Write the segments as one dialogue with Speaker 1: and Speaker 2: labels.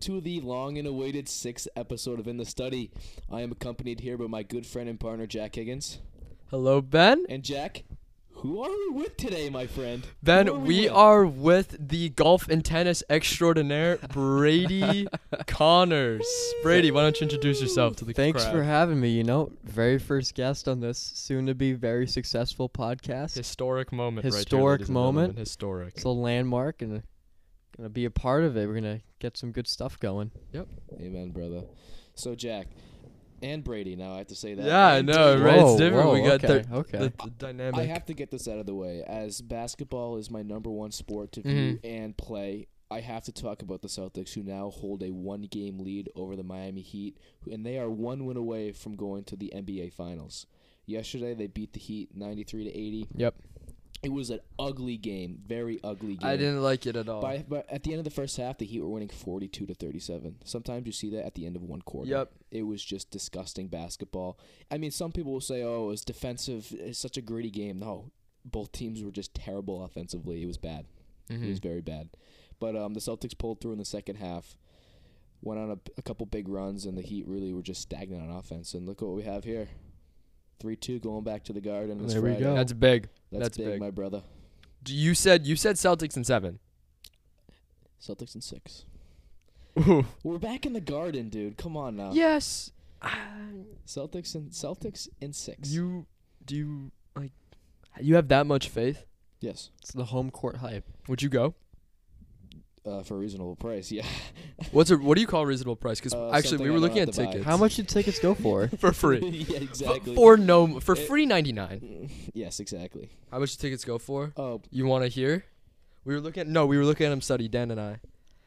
Speaker 1: to the long and awaited sixth episode of In the Study. I am accompanied here by my good friend and partner, Jack Higgins.
Speaker 2: Hello, Ben.
Speaker 1: And Jack, who are we with today, my friend?
Speaker 2: Ben,
Speaker 1: Who
Speaker 2: we,
Speaker 1: with?
Speaker 2: are with the golf and tennis extraordinaire, Brady Connors. Brady, why don't you introduce yourself to the
Speaker 3: Thanks
Speaker 2: crowd?
Speaker 3: for having me. You know, very first guest on this soon to be very successful podcast.
Speaker 2: historic moment. right
Speaker 3: Historic
Speaker 2: here, ladies and
Speaker 3: moment.
Speaker 2: gentlemen. Historic.
Speaker 3: It's a landmark and uh, gonna be a part of it. We're gonna get some good stuff going.
Speaker 1: Amen, brother. So, Jack and Brady, now I have to say that.
Speaker 2: yeah, I
Speaker 1: And
Speaker 2: know,
Speaker 1: Brady.
Speaker 2: right?
Speaker 3: Whoa,
Speaker 2: It's different.
Speaker 3: whoa,
Speaker 2: we got
Speaker 3: okay,
Speaker 2: the,
Speaker 3: okay.
Speaker 2: the, the dynamic.
Speaker 1: I have to get this out of the way. As basketball is my number one sport to
Speaker 2: Mm-hmm.
Speaker 1: view and play, I have to talk about the Celtics, who now hold a one game lead over the Miami Heat, who- and they are one win away from going to the NBA Finals. Yesterday, they beat the Heat 93 to 80.
Speaker 3: Yep.
Speaker 1: It was an ugly game, very ugly game.
Speaker 2: I didn't like it at all.
Speaker 1: By, by, at the end of the first half, the Heat were winning 42 to 37. Sometimes you see that at the end of one quarter.
Speaker 2: Yep.
Speaker 1: It was just disgusting basketball. I mean, some people will say, "Oh, it was defensive. It's such a gritty game." No, both teams were just terrible offensively. It was bad.
Speaker 2: Mm-hmm.
Speaker 1: It was very bad. But um, the Celtics pulled through in the second half. Went on a, a couple big runs, and the Heat really were just stagnant on offense. And look what we have here: three-two going back to the Garden. It's
Speaker 3: There we
Speaker 1: Friday.
Speaker 3: go.
Speaker 2: That's big.
Speaker 1: That's,
Speaker 2: That's
Speaker 1: big,
Speaker 2: big.
Speaker 1: my brother.
Speaker 2: D- You said you said Celtics in seven.
Speaker 1: Celtics in six. We're back in the Garden, dude. Come on now.
Speaker 2: yes.
Speaker 1: Celtics and Celtics in six.
Speaker 2: You do you like? You have that much faith?
Speaker 1: yes,
Speaker 3: It's the home court hype.
Speaker 2: Would you go?
Speaker 1: uh, for a reasonable price. Yeah,
Speaker 2: What's a what do you call a reasonable price? Because
Speaker 1: Uh,
Speaker 2: actually,
Speaker 1: something
Speaker 2: we
Speaker 1: I
Speaker 2: were
Speaker 1: don't
Speaker 2: looking
Speaker 1: have
Speaker 2: at
Speaker 1: to buy.
Speaker 2: tickets.
Speaker 3: How much did tickets go for?
Speaker 2: for free?
Speaker 1: yeah,
Speaker 2: F-
Speaker 1: exactly.
Speaker 2: For no, for
Speaker 1: It-
Speaker 2: free ninety nine.
Speaker 1: yes, exactly.
Speaker 2: How much do tickets go for?
Speaker 1: Oh,
Speaker 2: You want to hear? We were looking. no, we were looking at them. Study Dan and I.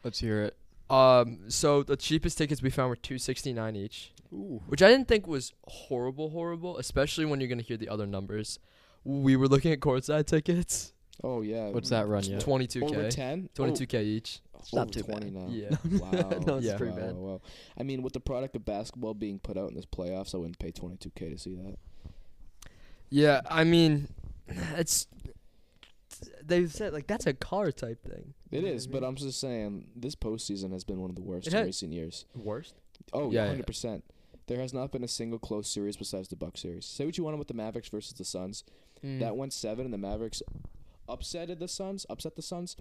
Speaker 3: Let's hear it.
Speaker 2: Um, so the cheapest tickets we found were two sixty nine each,
Speaker 1: ooh,
Speaker 2: which I didn't think was horrible, horrible. Especially when you're gonna hear the other numbers. We were looking at courtside tickets,
Speaker 1: oh yeah.
Speaker 3: What's that run yet?
Speaker 2: twenty two
Speaker 1: Over
Speaker 2: k,
Speaker 1: ten.
Speaker 2: twenty two k each.
Speaker 1: Oh,
Speaker 3: It's not
Speaker 1: over
Speaker 3: too bad.
Speaker 1: twenty now.
Speaker 2: Yeah.
Speaker 1: Wow.
Speaker 3: No, it's
Speaker 2: Yeah.
Speaker 3: pretty
Speaker 1: wow,
Speaker 3: bad.
Speaker 1: wow, wow. I mean, with the product of basketball being put out in this playoffs, I wouldn't pay twenty two k to see that.
Speaker 2: Yeah, I mean, it's they said like that's a car type thing.
Speaker 1: It is, but I'm just saying this postseason has been one of the worst
Speaker 2: It
Speaker 1: in
Speaker 2: ha-
Speaker 1: recent years.
Speaker 2: Worst.
Speaker 1: Oh,
Speaker 2: Yeah,
Speaker 1: yeah,
Speaker 2: yeah.
Speaker 1: 100%. There has not been a single close series besides the Buck series. Say what you want about the Mavericks versus the Suns.
Speaker 2: Mm.
Speaker 1: That went seven, and the Mavericks upsetted the Suns, upset the Suns,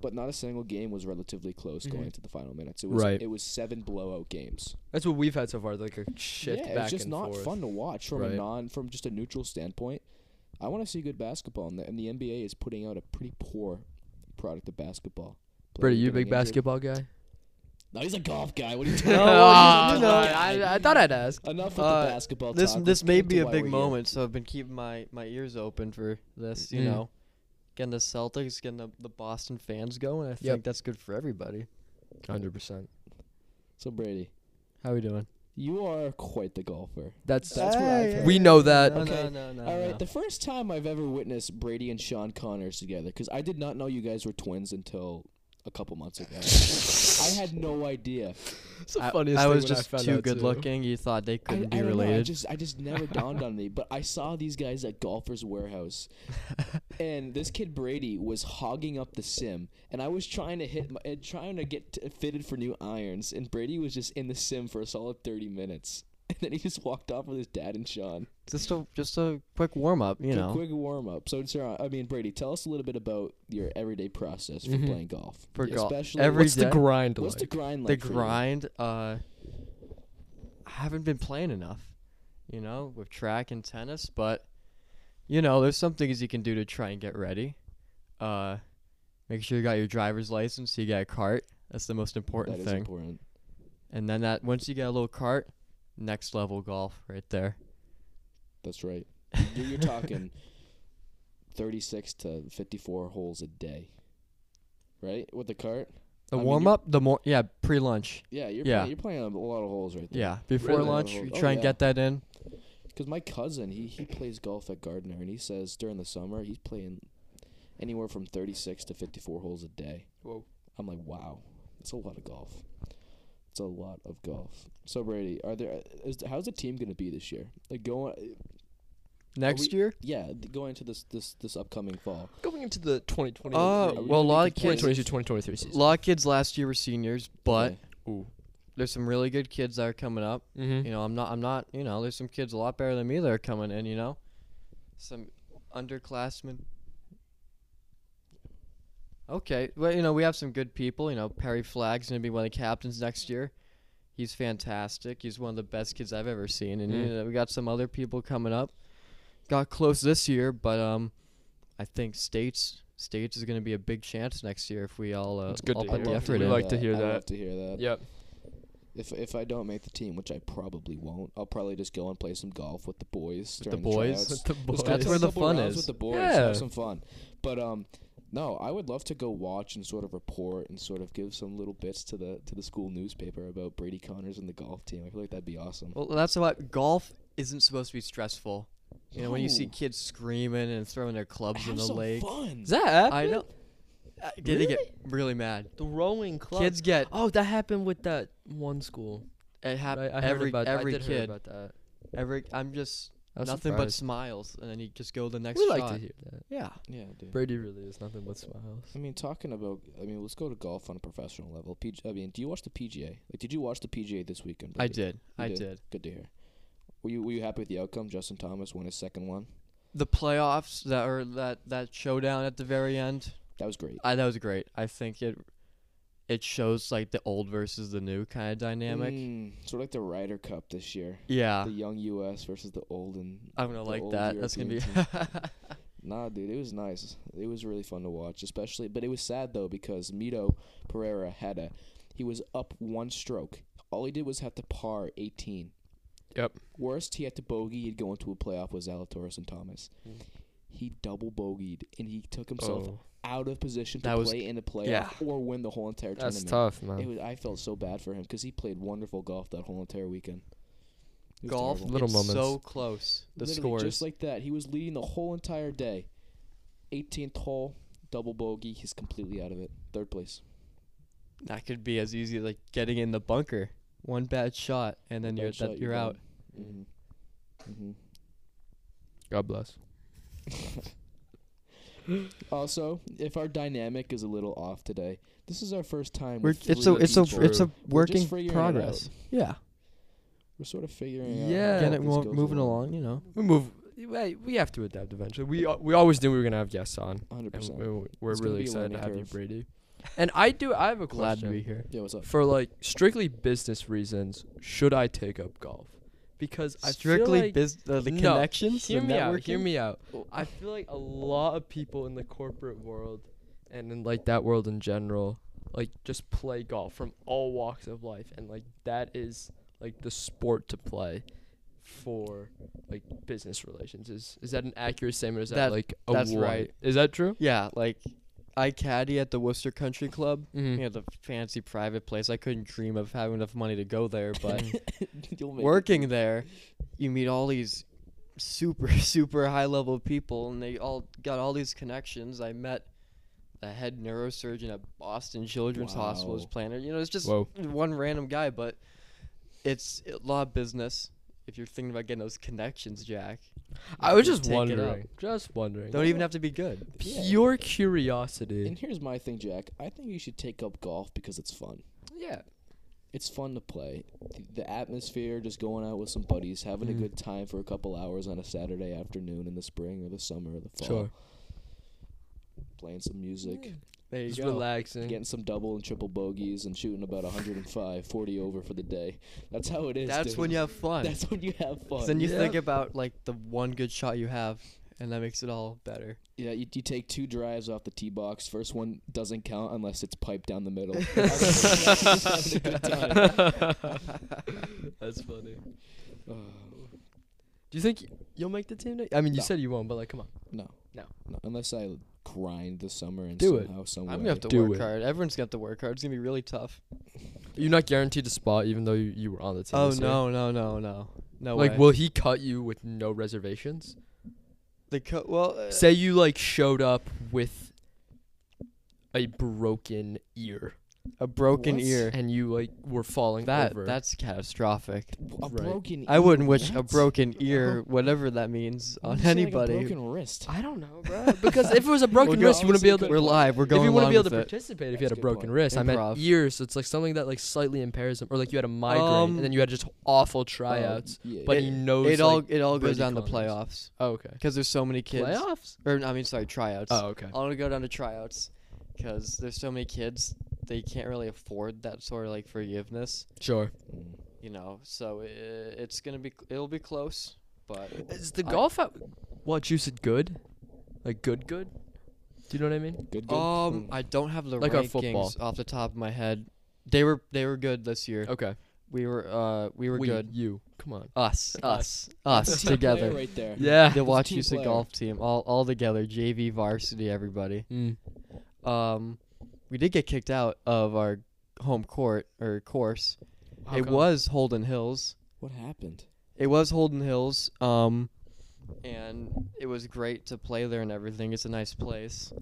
Speaker 1: but not a single game was relatively close
Speaker 2: Mm-hmm.
Speaker 1: going into the final minutes. It was
Speaker 2: Right.
Speaker 1: it was seven blowout games.
Speaker 2: That's what we've had so far, like a shift
Speaker 1: yeah,
Speaker 2: back
Speaker 1: it's just
Speaker 2: and
Speaker 1: not
Speaker 2: forth.
Speaker 1: fun to watch from a
Speaker 2: Right.
Speaker 1: non from just a neutral standpoint. I want to see good basketball, and the, and the NBA is putting out a pretty poor product of basketball.
Speaker 2: Brady,
Speaker 1: Players
Speaker 2: you a
Speaker 1: getting
Speaker 2: big
Speaker 1: injured.
Speaker 2: basketball guy?
Speaker 1: No, he's a golf guy. What are you talking
Speaker 2: No, I,
Speaker 1: about? He's a golf guy.
Speaker 2: I, I thought I'd ask.
Speaker 1: Enough with
Speaker 3: Uh,
Speaker 1: the basketball
Speaker 3: This
Speaker 1: talk.
Speaker 3: this
Speaker 1: Let's
Speaker 3: may
Speaker 1: get
Speaker 3: be
Speaker 1: to
Speaker 3: a
Speaker 1: why
Speaker 3: big
Speaker 1: we're here.
Speaker 3: moment, so I've been keeping my, my ears open for this. You
Speaker 2: Mm.
Speaker 3: know, getting the Celtics, getting the, the Boston fans going. I think that's good for everybody.
Speaker 2: Hundred percent.
Speaker 1: So Brady,
Speaker 3: How we doing?
Speaker 1: you are quite the golfer.
Speaker 2: That's
Speaker 1: That's what I've
Speaker 3: Hey.
Speaker 1: heard.
Speaker 2: we know that.
Speaker 3: No,
Speaker 1: Okay.
Speaker 3: no, no, no,
Speaker 1: All right,
Speaker 3: no.
Speaker 1: the first time I've ever witnessed Brady and Sean Connors together, because I did not know you guys were twins until a couple months ago. I had no idea.
Speaker 2: It's the
Speaker 3: I-
Speaker 2: funniest
Speaker 3: I,
Speaker 2: thing
Speaker 3: was
Speaker 2: when I
Speaker 3: just
Speaker 2: found
Speaker 3: too
Speaker 2: out,
Speaker 3: good looking. You thought they
Speaker 1: I,
Speaker 3: couldn't
Speaker 1: I
Speaker 3: be
Speaker 1: don't know, I
Speaker 3: related.
Speaker 1: just, I just never dawned on me. But I saw these guys at Golfers Warehouse, and this kid Brady was hogging up the sim, and I was trying to hit, my, uh, trying to get t- fitted for new irons, and Brady was just in the sim for a solid thirty minutes, and then he just walked off with his dad and Sean.
Speaker 3: just a just a quick warm up, you
Speaker 1: Quick-
Speaker 3: know.
Speaker 1: quick warm up. So, Sarah, I mean, Brady, tell us a little bit about your everyday process for
Speaker 2: Mhm.
Speaker 1: playing golf.
Speaker 3: Mm-hmm. For golf.
Speaker 1: especially
Speaker 3: Every
Speaker 2: What's the
Speaker 3: day.
Speaker 2: grind
Speaker 1: what's the
Speaker 2: like?
Speaker 1: grind
Speaker 3: the
Speaker 1: like? for you?
Speaker 3: grind. Uh, I haven't been playing enough, you know, with track and tennis. But you know, there's some things you can do to try and get ready. Uh, make sure you got your driver's license. You got a cart. That's the most
Speaker 1: That
Speaker 3: important
Speaker 1: is
Speaker 3: thing.
Speaker 1: important.
Speaker 3: And then that once you get a little cart, next level golf right there.
Speaker 1: That's right. You're, you're talking thirty-six to fifty-four holes a day, right? With the cart.
Speaker 3: The
Speaker 1: I mean,
Speaker 3: warm
Speaker 1: you're-
Speaker 3: up, the more yeah, pre lunch.
Speaker 1: Yeah, you're
Speaker 3: Yeah.
Speaker 1: Playing, you're playing a lot of holes right there.
Speaker 3: Yeah, before
Speaker 2: Really?
Speaker 3: lunch,
Speaker 1: Oh,
Speaker 3: you try and
Speaker 1: yeah.
Speaker 3: get that in.
Speaker 1: Because my cousin, he he plays golf at Gardner, and he says during the summer he's playing anywhere from thirty-six to fifty-four holes a day.
Speaker 2: Whoa.
Speaker 1: I'm like, wow, that's a lot of golf. It's a lot of golf. So Brady, are there? uh, Is how's the team gonna be this year? Like going,
Speaker 3: Next
Speaker 1: we-
Speaker 3: year,
Speaker 1: yeah, th- going into this this this upcoming fall.
Speaker 2: Going into the 2020.
Speaker 3: Uh,
Speaker 1: Are we
Speaker 3: well, a
Speaker 1: gonna
Speaker 3: lot
Speaker 1: be
Speaker 3: of
Speaker 2: 2022,
Speaker 3: kids-
Speaker 1: competitive?
Speaker 2: 2023
Speaker 3: A
Speaker 2: season.
Speaker 3: lot of kids last year were seniors, but
Speaker 1: Okay.
Speaker 2: Ooh.
Speaker 3: there's some really good kids that are coming up.
Speaker 2: Mm-hmm.
Speaker 3: You know, I'm not I'm not, you know, there's some kids a lot better than me that are coming in, you know. Some underclassmen. Okay. Well, you know, we have some good people, you know, Perry Flagg's going to be one of the captains next year. He's fantastic. He's one of the best kids I've ever seen and you
Speaker 2: Mm.
Speaker 3: know, we got some other people coming up. Got close this year, but um I think States States is going to be a big chance next year if we all uh,
Speaker 2: It's good
Speaker 3: all
Speaker 2: to
Speaker 3: put
Speaker 2: hear.
Speaker 3: the
Speaker 1: love
Speaker 3: effort
Speaker 2: We
Speaker 3: in.
Speaker 2: like to hear
Speaker 1: I'd
Speaker 2: that.
Speaker 1: love to hear that.
Speaker 2: Yep.
Speaker 1: If if I don't make the team, which I probably won't, I'll probably just go and play some golf with the boys.
Speaker 3: the
Speaker 1: during
Speaker 3: boys?
Speaker 1: tryouts.
Speaker 2: With the
Speaker 1: Let's
Speaker 2: boys.
Speaker 1: go
Speaker 3: That's
Speaker 1: play
Speaker 3: where
Speaker 1: a
Speaker 3: the
Speaker 1: couple
Speaker 3: fun
Speaker 1: rounds
Speaker 3: is.
Speaker 1: With the boys,
Speaker 2: Yeah.
Speaker 1: have some fun. But um, no, I would love to go watch and sort of report and sort of give some little bits to the to the school newspaper about Brady Connors and the golf team. I feel like that'd be awesome.
Speaker 3: Well, that's what golf isn't supposed to be stressful. You know, when you see
Speaker 1: No.
Speaker 3: kids screaming and throwing their clubs in
Speaker 1: Have
Speaker 3: the
Speaker 1: some
Speaker 3: lake.
Speaker 1: fun.
Speaker 2: Does that happen?
Speaker 3: I know. Uh, Did they get really mad?
Speaker 2: The rowing club.
Speaker 3: Kids get
Speaker 2: Oh, that happened with that one school.
Speaker 3: it hap-
Speaker 2: I, I heard
Speaker 3: every
Speaker 2: about,
Speaker 3: every
Speaker 2: I did
Speaker 3: kid
Speaker 2: Hear about that.
Speaker 3: every. I'm just
Speaker 2: I was
Speaker 3: nothing but
Speaker 2: surprised.
Speaker 3: smiles, and then you just go to the next
Speaker 2: We
Speaker 3: shot.
Speaker 2: like to hear that.
Speaker 3: Yeah,
Speaker 1: Yeah, dude.
Speaker 2: Brady really is nothing but smiles.
Speaker 1: I mean, talking about, I mean, let's go to golf on a professional level. PG, I mean, do you watch the PGA? Like, did you watch the PGA this weekend?
Speaker 3: I
Speaker 1: Brady?
Speaker 3: did.
Speaker 1: You
Speaker 3: I
Speaker 1: did.
Speaker 3: did.
Speaker 1: Good to hear. Were you were you happy with the outcome? Justin Thomas won his second one.
Speaker 3: The playoffs that are that that showdown at the very end.
Speaker 1: That was great.
Speaker 3: I that was great. I think it it shows like the old versus the new kind of dynamic. Ah.
Speaker 1: Mm, sort of like the Ryder Cup this year.
Speaker 3: Yeah,
Speaker 1: the young U.S. versus the old and
Speaker 3: I'm gonna
Speaker 1: the
Speaker 3: like
Speaker 1: old
Speaker 3: that. That's gonna be.
Speaker 1: European nah, dude, it was nice. It was really fun to watch, especially. But it was sad though because Mito Pereira had a he was up one stroke. All he did was have to par 18.
Speaker 2: Yep.
Speaker 1: Worst, he had to bogey. He'd go into a playoff with Zalatoris and Thomas.
Speaker 2: Mm.
Speaker 1: He double bogeyed and he took himself
Speaker 2: Oh.
Speaker 1: out of position to
Speaker 3: That was-
Speaker 1: play in the playoff
Speaker 3: yeah.
Speaker 1: or win the whole entire
Speaker 2: that's
Speaker 1: tournament.
Speaker 2: tough,
Speaker 1: It
Speaker 2: man.
Speaker 1: was, I felt so bad for him because he played wonderful golf that whole entire weekend. It was
Speaker 3: golf
Speaker 1: terrible.
Speaker 2: Little
Speaker 3: it's
Speaker 2: moments.
Speaker 3: so close the
Speaker 1: Literally,
Speaker 3: scores
Speaker 1: just like that. He was leading the whole entire day. 18th hole, double bogey. He's completely out of it. Third place.
Speaker 3: that could be as easy as like getting in the bunker one bad shot and then
Speaker 1: Bad
Speaker 3: you're
Speaker 1: shot,
Speaker 3: that, you're,
Speaker 1: done.
Speaker 3: out
Speaker 1: Mhm. Mhm.
Speaker 2: God bless.
Speaker 1: Also, if our dynamic is a little off today, this is our first time.
Speaker 3: we're,
Speaker 1: with
Speaker 3: it's a
Speaker 1: three
Speaker 3: it's a
Speaker 1: people.
Speaker 3: it's a
Speaker 2: We're
Speaker 1: just
Speaker 3: working
Speaker 1: figuring it
Speaker 3: progress yeah
Speaker 1: We're sort of figuring out.
Speaker 2: Yeah.
Speaker 1: how
Speaker 3: getting
Speaker 1: this
Speaker 3: it mo-
Speaker 1: goes
Speaker 3: moving along you know
Speaker 2: We move. We we have to adapt eventually. We al- we always knew we were gonna have guests on, and
Speaker 1: 100%.
Speaker 2: we- we- we're
Speaker 1: It's gonna
Speaker 2: really
Speaker 1: be a
Speaker 2: excited to
Speaker 1: learning
Speaker 2: have you,
Speaker 1: curve.
Speaker 2: Brady. And I do. I have a
Speaker 3: glad
Speaker 2: question.
Speaker 3: to be here
Speaker 1: Yeah, what's up?
Speaker 2: for like strictly business reasons, should I take up golf? Because I feel
Speaker 3: strictly
Speaker 2: like-
Speaker 3: bus- the, the
Speaker 2: No,
Speaker 3: connections
Speaker 2: Hear
Speaker 3: the
Speaker 2: me out.
Speaker 3: networking
Speaker 2: Hear me out.
Speaker 1: Oh.
Speaker 2: I feel like a lot of people in the corporate world, and in like that world in general, like just play golf from all walks of life, and like that is like the sport to play for like business relations. Is is that an accurate statement? Is that,
Speaker 3: That-
Speaker 2: like a
Speaker 3: that's
Speaker 2: lie?
Speaker 3: right.
Speaker 2: Is that true?
Speaker 3: yeah like I caddy at the Worcester Country Club
Speaker 2: Mm-hmm.
Speaker 3: you know the fancy private place I couldn't dream of having enough money to go there but
Speaker 1: You'll make it.
Speaker 3: working there, you meet all these super super high level people, and they all got all these connections. I met the head neurosurgeon at Boston Children's Hospital as
Speaker 1: Wow.
Speaker 3: planner. You know, it's just
Speaker 2: Whoa.
Speaker 3: one random guy, but it's a lot of business. If you're thinking about getting those connections, Jack,
Speaker 2: I was
Speaker 3: Just
Speaker 2: just
Speaker 3: take it up.
Speaker 2: wondering. Just wondering.
Speaker 3: don't even have to be good.
Speaker 1: Yeah.
Speaker 2: Pure curiosity.
Speaker 1: And here's my thing, Jack. I think you should take up golf because it's fun.
Speaker 2: yeah.
Speaker 1: it's fun to play. Th- The atmosphere, just going out with some buddies, having a
Speaker 2: Mhm.
Speaker 1: good time for a couple hours on a Saturday afternoon in the spring or the summer or the fall.
Speaker 2: Sure.
Speaker 1: Playing some music,
Speaker 3: There you
Speaker 2: Just
Speaker 3: go.
Speaker 2: relaxing.
Speaker 1: getting some double and triple bogeys, and shooting about 105, 40 over for the day. That's how it is.
Speaker 3: That's
Speaker 1: dude.
Speaker 3: when you have fun.
Speaker 1: That's when you have
Speaker 3: 'Cause
Speaker 1: fun.
Speaker 3: then you
Speaker 2: Yeah.
Speaker 3: think about like the one good shot you have, and that makes it all better.
Speaker 1: yeah, you, you take two drives off the tee box. First one doesn't count unless it's piped down the middle. Having a good time.
Speaker 2: That's funny.
Speaker 1: Oh,
Speaker 2: Do you think you'll make the team? I mean, you
Speaker 1: No.
Speaker 2: said you won't, but like, come on.
Speaker 1: No,
Speaker 2: No.
Speaker 1: no, unless I grind this summer and
Speaker 2: Do it.
Speaker 1: somehow somewhere.
Speaker 3: I'm gonna have to
Speaker 2: Do
Speaker 3: work
Speaker 2: it.
Speaker 3: hard. Everyone's got to work hard. It's gonna be really tough.
Speaker 2: You're not guaranteed a spot, even though you, you were on the team.
Speaker 3: Oh
Speaker 2: this year.
Speaker 3: no, no, no, no, no
Speaker 2: like,
Speaker 3: way.
Speaker 2: will he cut you with no reservations?
Speaker 3: the co- well, uh,
Speaker 2: Say you like showed up with a broken ear.
Speaker 3: a broken
Speaker 1: What?
Speaker 3: ear.
Speaker 2: and you like were falling
Speaker 3: That
Speaker 2: over.
Speaker 3: that's catastrophic.
Speaker 1: A
Speaker 2: Right.
Speaker 1: broken.
Speaker 3: I
Speaker 1: ear,
Speaker 3: wouldn't wish a
Speaker 1: what?
Speaker 3: broken ear, whatever that means,
Speaker 1: Why
Speaker 3: on
Speaker 1: did you say, like,
Speaker 3: anybody.
Speaker 1: a broken wrist.
Speaker 2: I don't know, bro. Because if it was a broken
Speaker 3: go-
Speaker 2: wrist, you wouldn't be able
Speaker 3: We're
Speaker 2: to.
Speaker 3: live. We're
Speaker 2: If
Speaker 3: going
Speaker 2: you wouldn't
Speaker 3: along
Speaker 2: be able to
Speaker 3: with it.
Speaker 2: participate if you
Speaker 1: That's
Speaker 2: had
Speaker 1: a
Speaker 2: a
Speaker 1: good
Speaker 2: broken
Speaker 1: point.
Speaker 2: wrist, I
Speaker 3: Improv.
Speaker 2: meant ears. So it's like something that like slightly impairs him, or like you had a migraine
Speaker 3: Um,
Speaker 2: and then you had just awful tryouts.
Speaker 1: Oh, Yeah. Mm,
Speaker 2: but
Speaker 3: it-
Speaker 2: he knows like,
Speaker 3: It all it all goes
Speaker 2: Brady
Speaker 3: down to
Speaker 2: Connors.
Speaker 3: playoffs
Speaker 2: Oh, okay.
Speaker 3: because there's so many kids.
Speaker 2: Playoffs.
Speaker 3: Or I mean, sorry, tryouts.
Speaker 2: Oh, okay.
Speaker 3: I want to go down to tryouts because there's so many kids they can't really afford that sort of like forgiveness,
Speaker 2: Sure.
Speaker 1: Mm.
Speaker 3: you know. So i it's gonna be it'll be close, but
Speaker 2: Is the
Speaker 3: I-
Speaker 2: golf out? What you said? Good. Like good, good. Do you know what I mean?
Speaker 1: Good. good. Mm.
Speaker 3: um I don't have the
Speaker 2: Like our football.
Speaker 3: rankings off the top of my head. They were they were good this year.
Speaker 2: Okay.
Speaker 3: We were uh we were
Speaker 2: We,
Speaker 3: good.
Speaker 2: You. Come on.
Speaker 3: Us
Speaker 2: Us.
Speaker 3: us us
Speaker 1: That's a team player
Speaker 3: together.
Speaker 1: Right there.
Speaker 2: Yeah.
Speaker 3: The
Speaker 1: a team
Speaker 3: Wachusett
Speaker 1: player.
Speaker 3: golf team all all together JV varsity everybody.
Speaker 2: Mm.
Speaker 3: Um, we did get kicked out of our home court or course.
Speaker 2: How
Speaker 3: it
Speaker 2: come?
Speaker 3: was Holden Hills.
Speaker 1: What happened?
Speaker 3: It was Holden Hills. Um, and it was great to play there and everything. It's a nice place,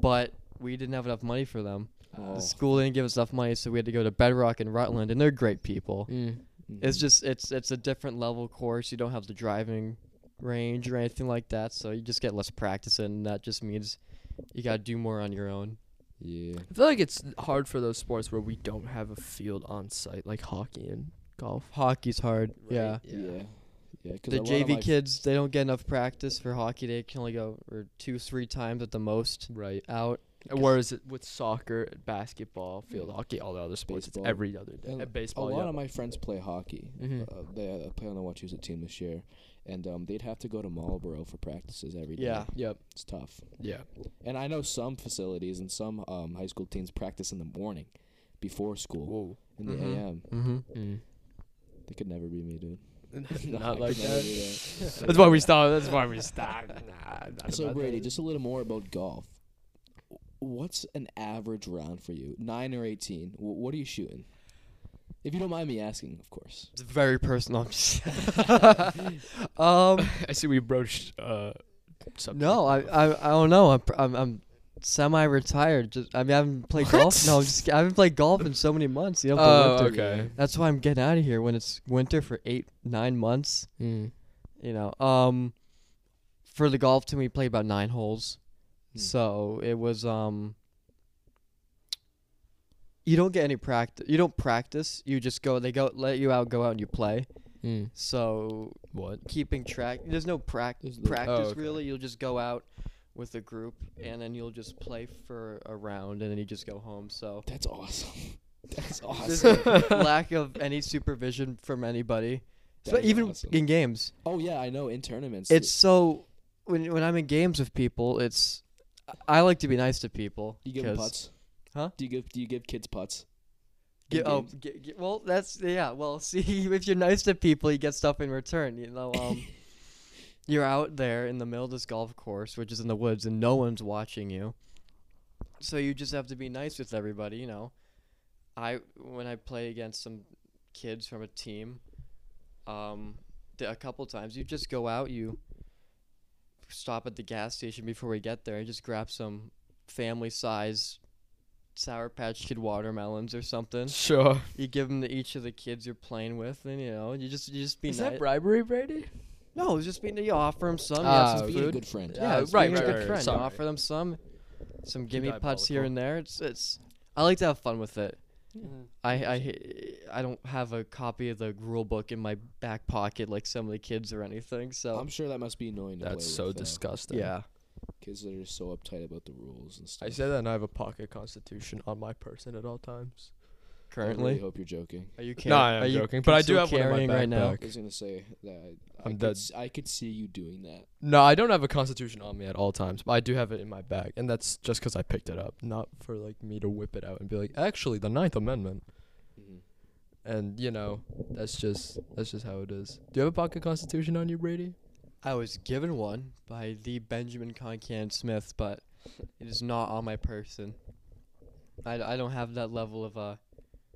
Speaker 3: but we didn't have enough money for them.
Speaker 1: Oh.
Speaker 3: The school didn't give us enough money, so we had to go to Bedrock and Rutland, and they're great people.
Speaker 2: Mm.
Speaker 3: It's just it's it's a different level course. You don't have the driving range or anything like that, so you just get less practice, and that just means you gotta do more on your own.
Speaker 1: yeah.
Speaker 2: I feel like it's hard for those sports where we don't have a field on site, like hockey and golf.
Speaker 3: Hockey's hard.
Speaker 2: right?
Speaker 3: Yeah.
Speaker 1: Yeah. Yeah. 'cause
Speaker 3: the
Speaker 1: a lot of
Speaker 3: JV
Speaker 1: my
Speaker 3: kids, they don't get enough practice for hockey. They can only go or two, three times at the most
Speaker 2: Right.
Speaker 3: out.
Speaker 2: And Whereas it, with soccer, basketball, field hockey, all the other sports,
Speaker 1: Mm. Baseball.
Speaker 2: it's every other day.
Speaker 1: And
Speaker 2: Uh, baseball.
Speaker 1: a lot
Speaker 2: yeah.
Speaker 1: of my friends play hockey.
Speaker 3: Mm-hmm.
Speaker 2: Mhm.
Speaker 1: Uh, they uh, play on the Wachusett team this year, and um, they'd have to go to Marlboro for practices every day.
Speaker 3: Yeah.
Speaker 2: Yep.
Speaker 1: it's tough.
Speaker 2: Yeah.
Speaker 1: And I know some facilities and some um, high school teams practice in the morning, before school
Speaker 2: Whoa.
Speaker 1: in the
Speaker 3: Mhm.
Speaker 1: AM.
Speaker 3: Mm-hmm.
Speaker 2: Mm.
Speaker 1: They could never be me, dude. No, I
Speaker 2: Not like
Speaker 1: could never
Speaker 2: that.
Speaker 1: do that.
Speaker 2: That's why we stopped. That's why we stopped. Nah, not
Speaker 1: So
Speaker 2: about
Speaker 1: Brady,
Speaker 2: that.
Speaker 1: just a little more about golf. What's an average round for you? Nine or eighteen? Wh- What are you shooting? If you don't mind me asking, of course.
Speaker 3: It's very personal. I'm just- um,
Speaker 2: I see we broached. Uh, subject.
Speaker 3: no, I, I, I don't know. I'm, pr- I'm, I'm semi-retired. Just, I mean, I haven't played golf. No, I'm just, I haven't played golf in so many months. You know, the
Speaker 2: Oh,
Speaker 3: winter.
Speaker 2: okay.
Speaker 3: That's why I'm getting out of here when it's winter for eight, nine months.
Speaker 2: Mm.
Speaker 3: You know, um, for the golf team, we played about nine holes.
Speaker 1: Hmm.
Speaker 3: So it was um you don't get any practice. You don't practice. You just go. They go let you out, go out and you play.
Speaker 2: Mm.
Speaker 3: So
Speaker 2: What?
Speaker 3: keeping track, there's no prac-
Speaker 1: There's no- Oh,
Speaker 3: practice
Speaker 2: okay.
Speaker 3: really. You'll just go out with a group and then you'll just play for a round and then you just go home. So
Speaker 1: That's awesome. That's
Speaker 3: there's
Speaker 1: awesome.
Speaker 3: a lack of any supervision from anybody, so
Speaker 1: That is
Speaker 3: even
Speaker 1: awesome.
Speaker 3: in games.
Speaker 1: oh yeah, I know. In tournaments,
Speaker 3: It's so when when I'm in games with people, it's I like to be nice to people.
Speaker 1: Do you give 'em
Speaker 3: 'cause-
Speaker 1: putts?
Speaker 3: Huh?
Speaker 1: Do you give Do you give kids putts? in
Speaker 3: Get, oh,
Speaker 1: games?
Speaker 3: ge- ge- well, that's yeah. Well, see, if you're nice to people, you get stuff in return. You know, um, you're out there in the middle of this golf course, which is in the woods, and no one's watching you. So you just have to be nice with everybody. You know, I when I play against some kids from a team, um, th- a couple times you just go out, you stop at the gas station before we get there, and just grab some family size. Sour Patch Kid watermelons or something
Speaker 2: Sure.
Speaker 3: you give them to each of the kids you're playing with, and you know, you just you just be
Speaker 2: Is
Speaker 3: nice.
Speaker 2: that bribery, Brady?
Speaker 3: no, it's just be you offer them some, you
Speaker 2: Ah,
Speaker 3: have
Speaker 1: Just
Speaker 3: some
Speaker 2: okay.
Speaker 1: being a
Speaker 3: food.
Speaker 1: good friend.
Speaker 2: Yeah,
Speaker 3: it's
Speaker 2: right,
Speaker 3: being a
Speaker 2: right,
Speaker 3: good
Speaker 2: right, right.
Speaker 3: friend. You
Speaker 2: Sorry.
Speaker 3: offer them some, some gimme putts
Speaker 2: diabolical.
Speaker 3: here and there. It's it's. I like to have fun with it.
Speaker 2: Mm-hmm.
Speaker 3: I I h- I don't have a copy of the rule book in my back pocket like some of the kids or anything. So
Speaker 1: I'm sure that must be annoying. To uh,
Speaker 2: That's so disgusting.
Speaker 3: yeah,
Speaker 1: Kids that are so uptight about the rules and stuff.
Speaker 2: I say that, and I have a pocket constitution on my person at all times.
Speaker 1: I
Speaker 3: currently.
Speaker 1: really hope you're joking.
Speaker 3: Are you car-
Speaker 2: No, I am
Speaker 3: are you
Speaker 2: joking, but I do
Speaker 3: still
Speaker 2: have one in my
Speaker 3: carrying right now.
Speaker 2: backpack.
Speaker 1: I was gonna say that I, I
Speaker 2: I'm
Speaker 1: could,
Speaker 2: dead.
Speaker 1: s- I could see you doing that.
Speaker 2: No, I don't have a constitution on me at all times, but I do have it in my bag, and that's just 'cause I picked it up, not for like me to whip it out and be like, actually, the Ninth Amendment. Mm-hmm. And you know, that's just that's just how it is. Do you have a pocket constitution on you, Brady?
Speaker 3: I was given one by the Benjamin Concan Smith, but it is not on my person. I, d- I don't have that level of uh,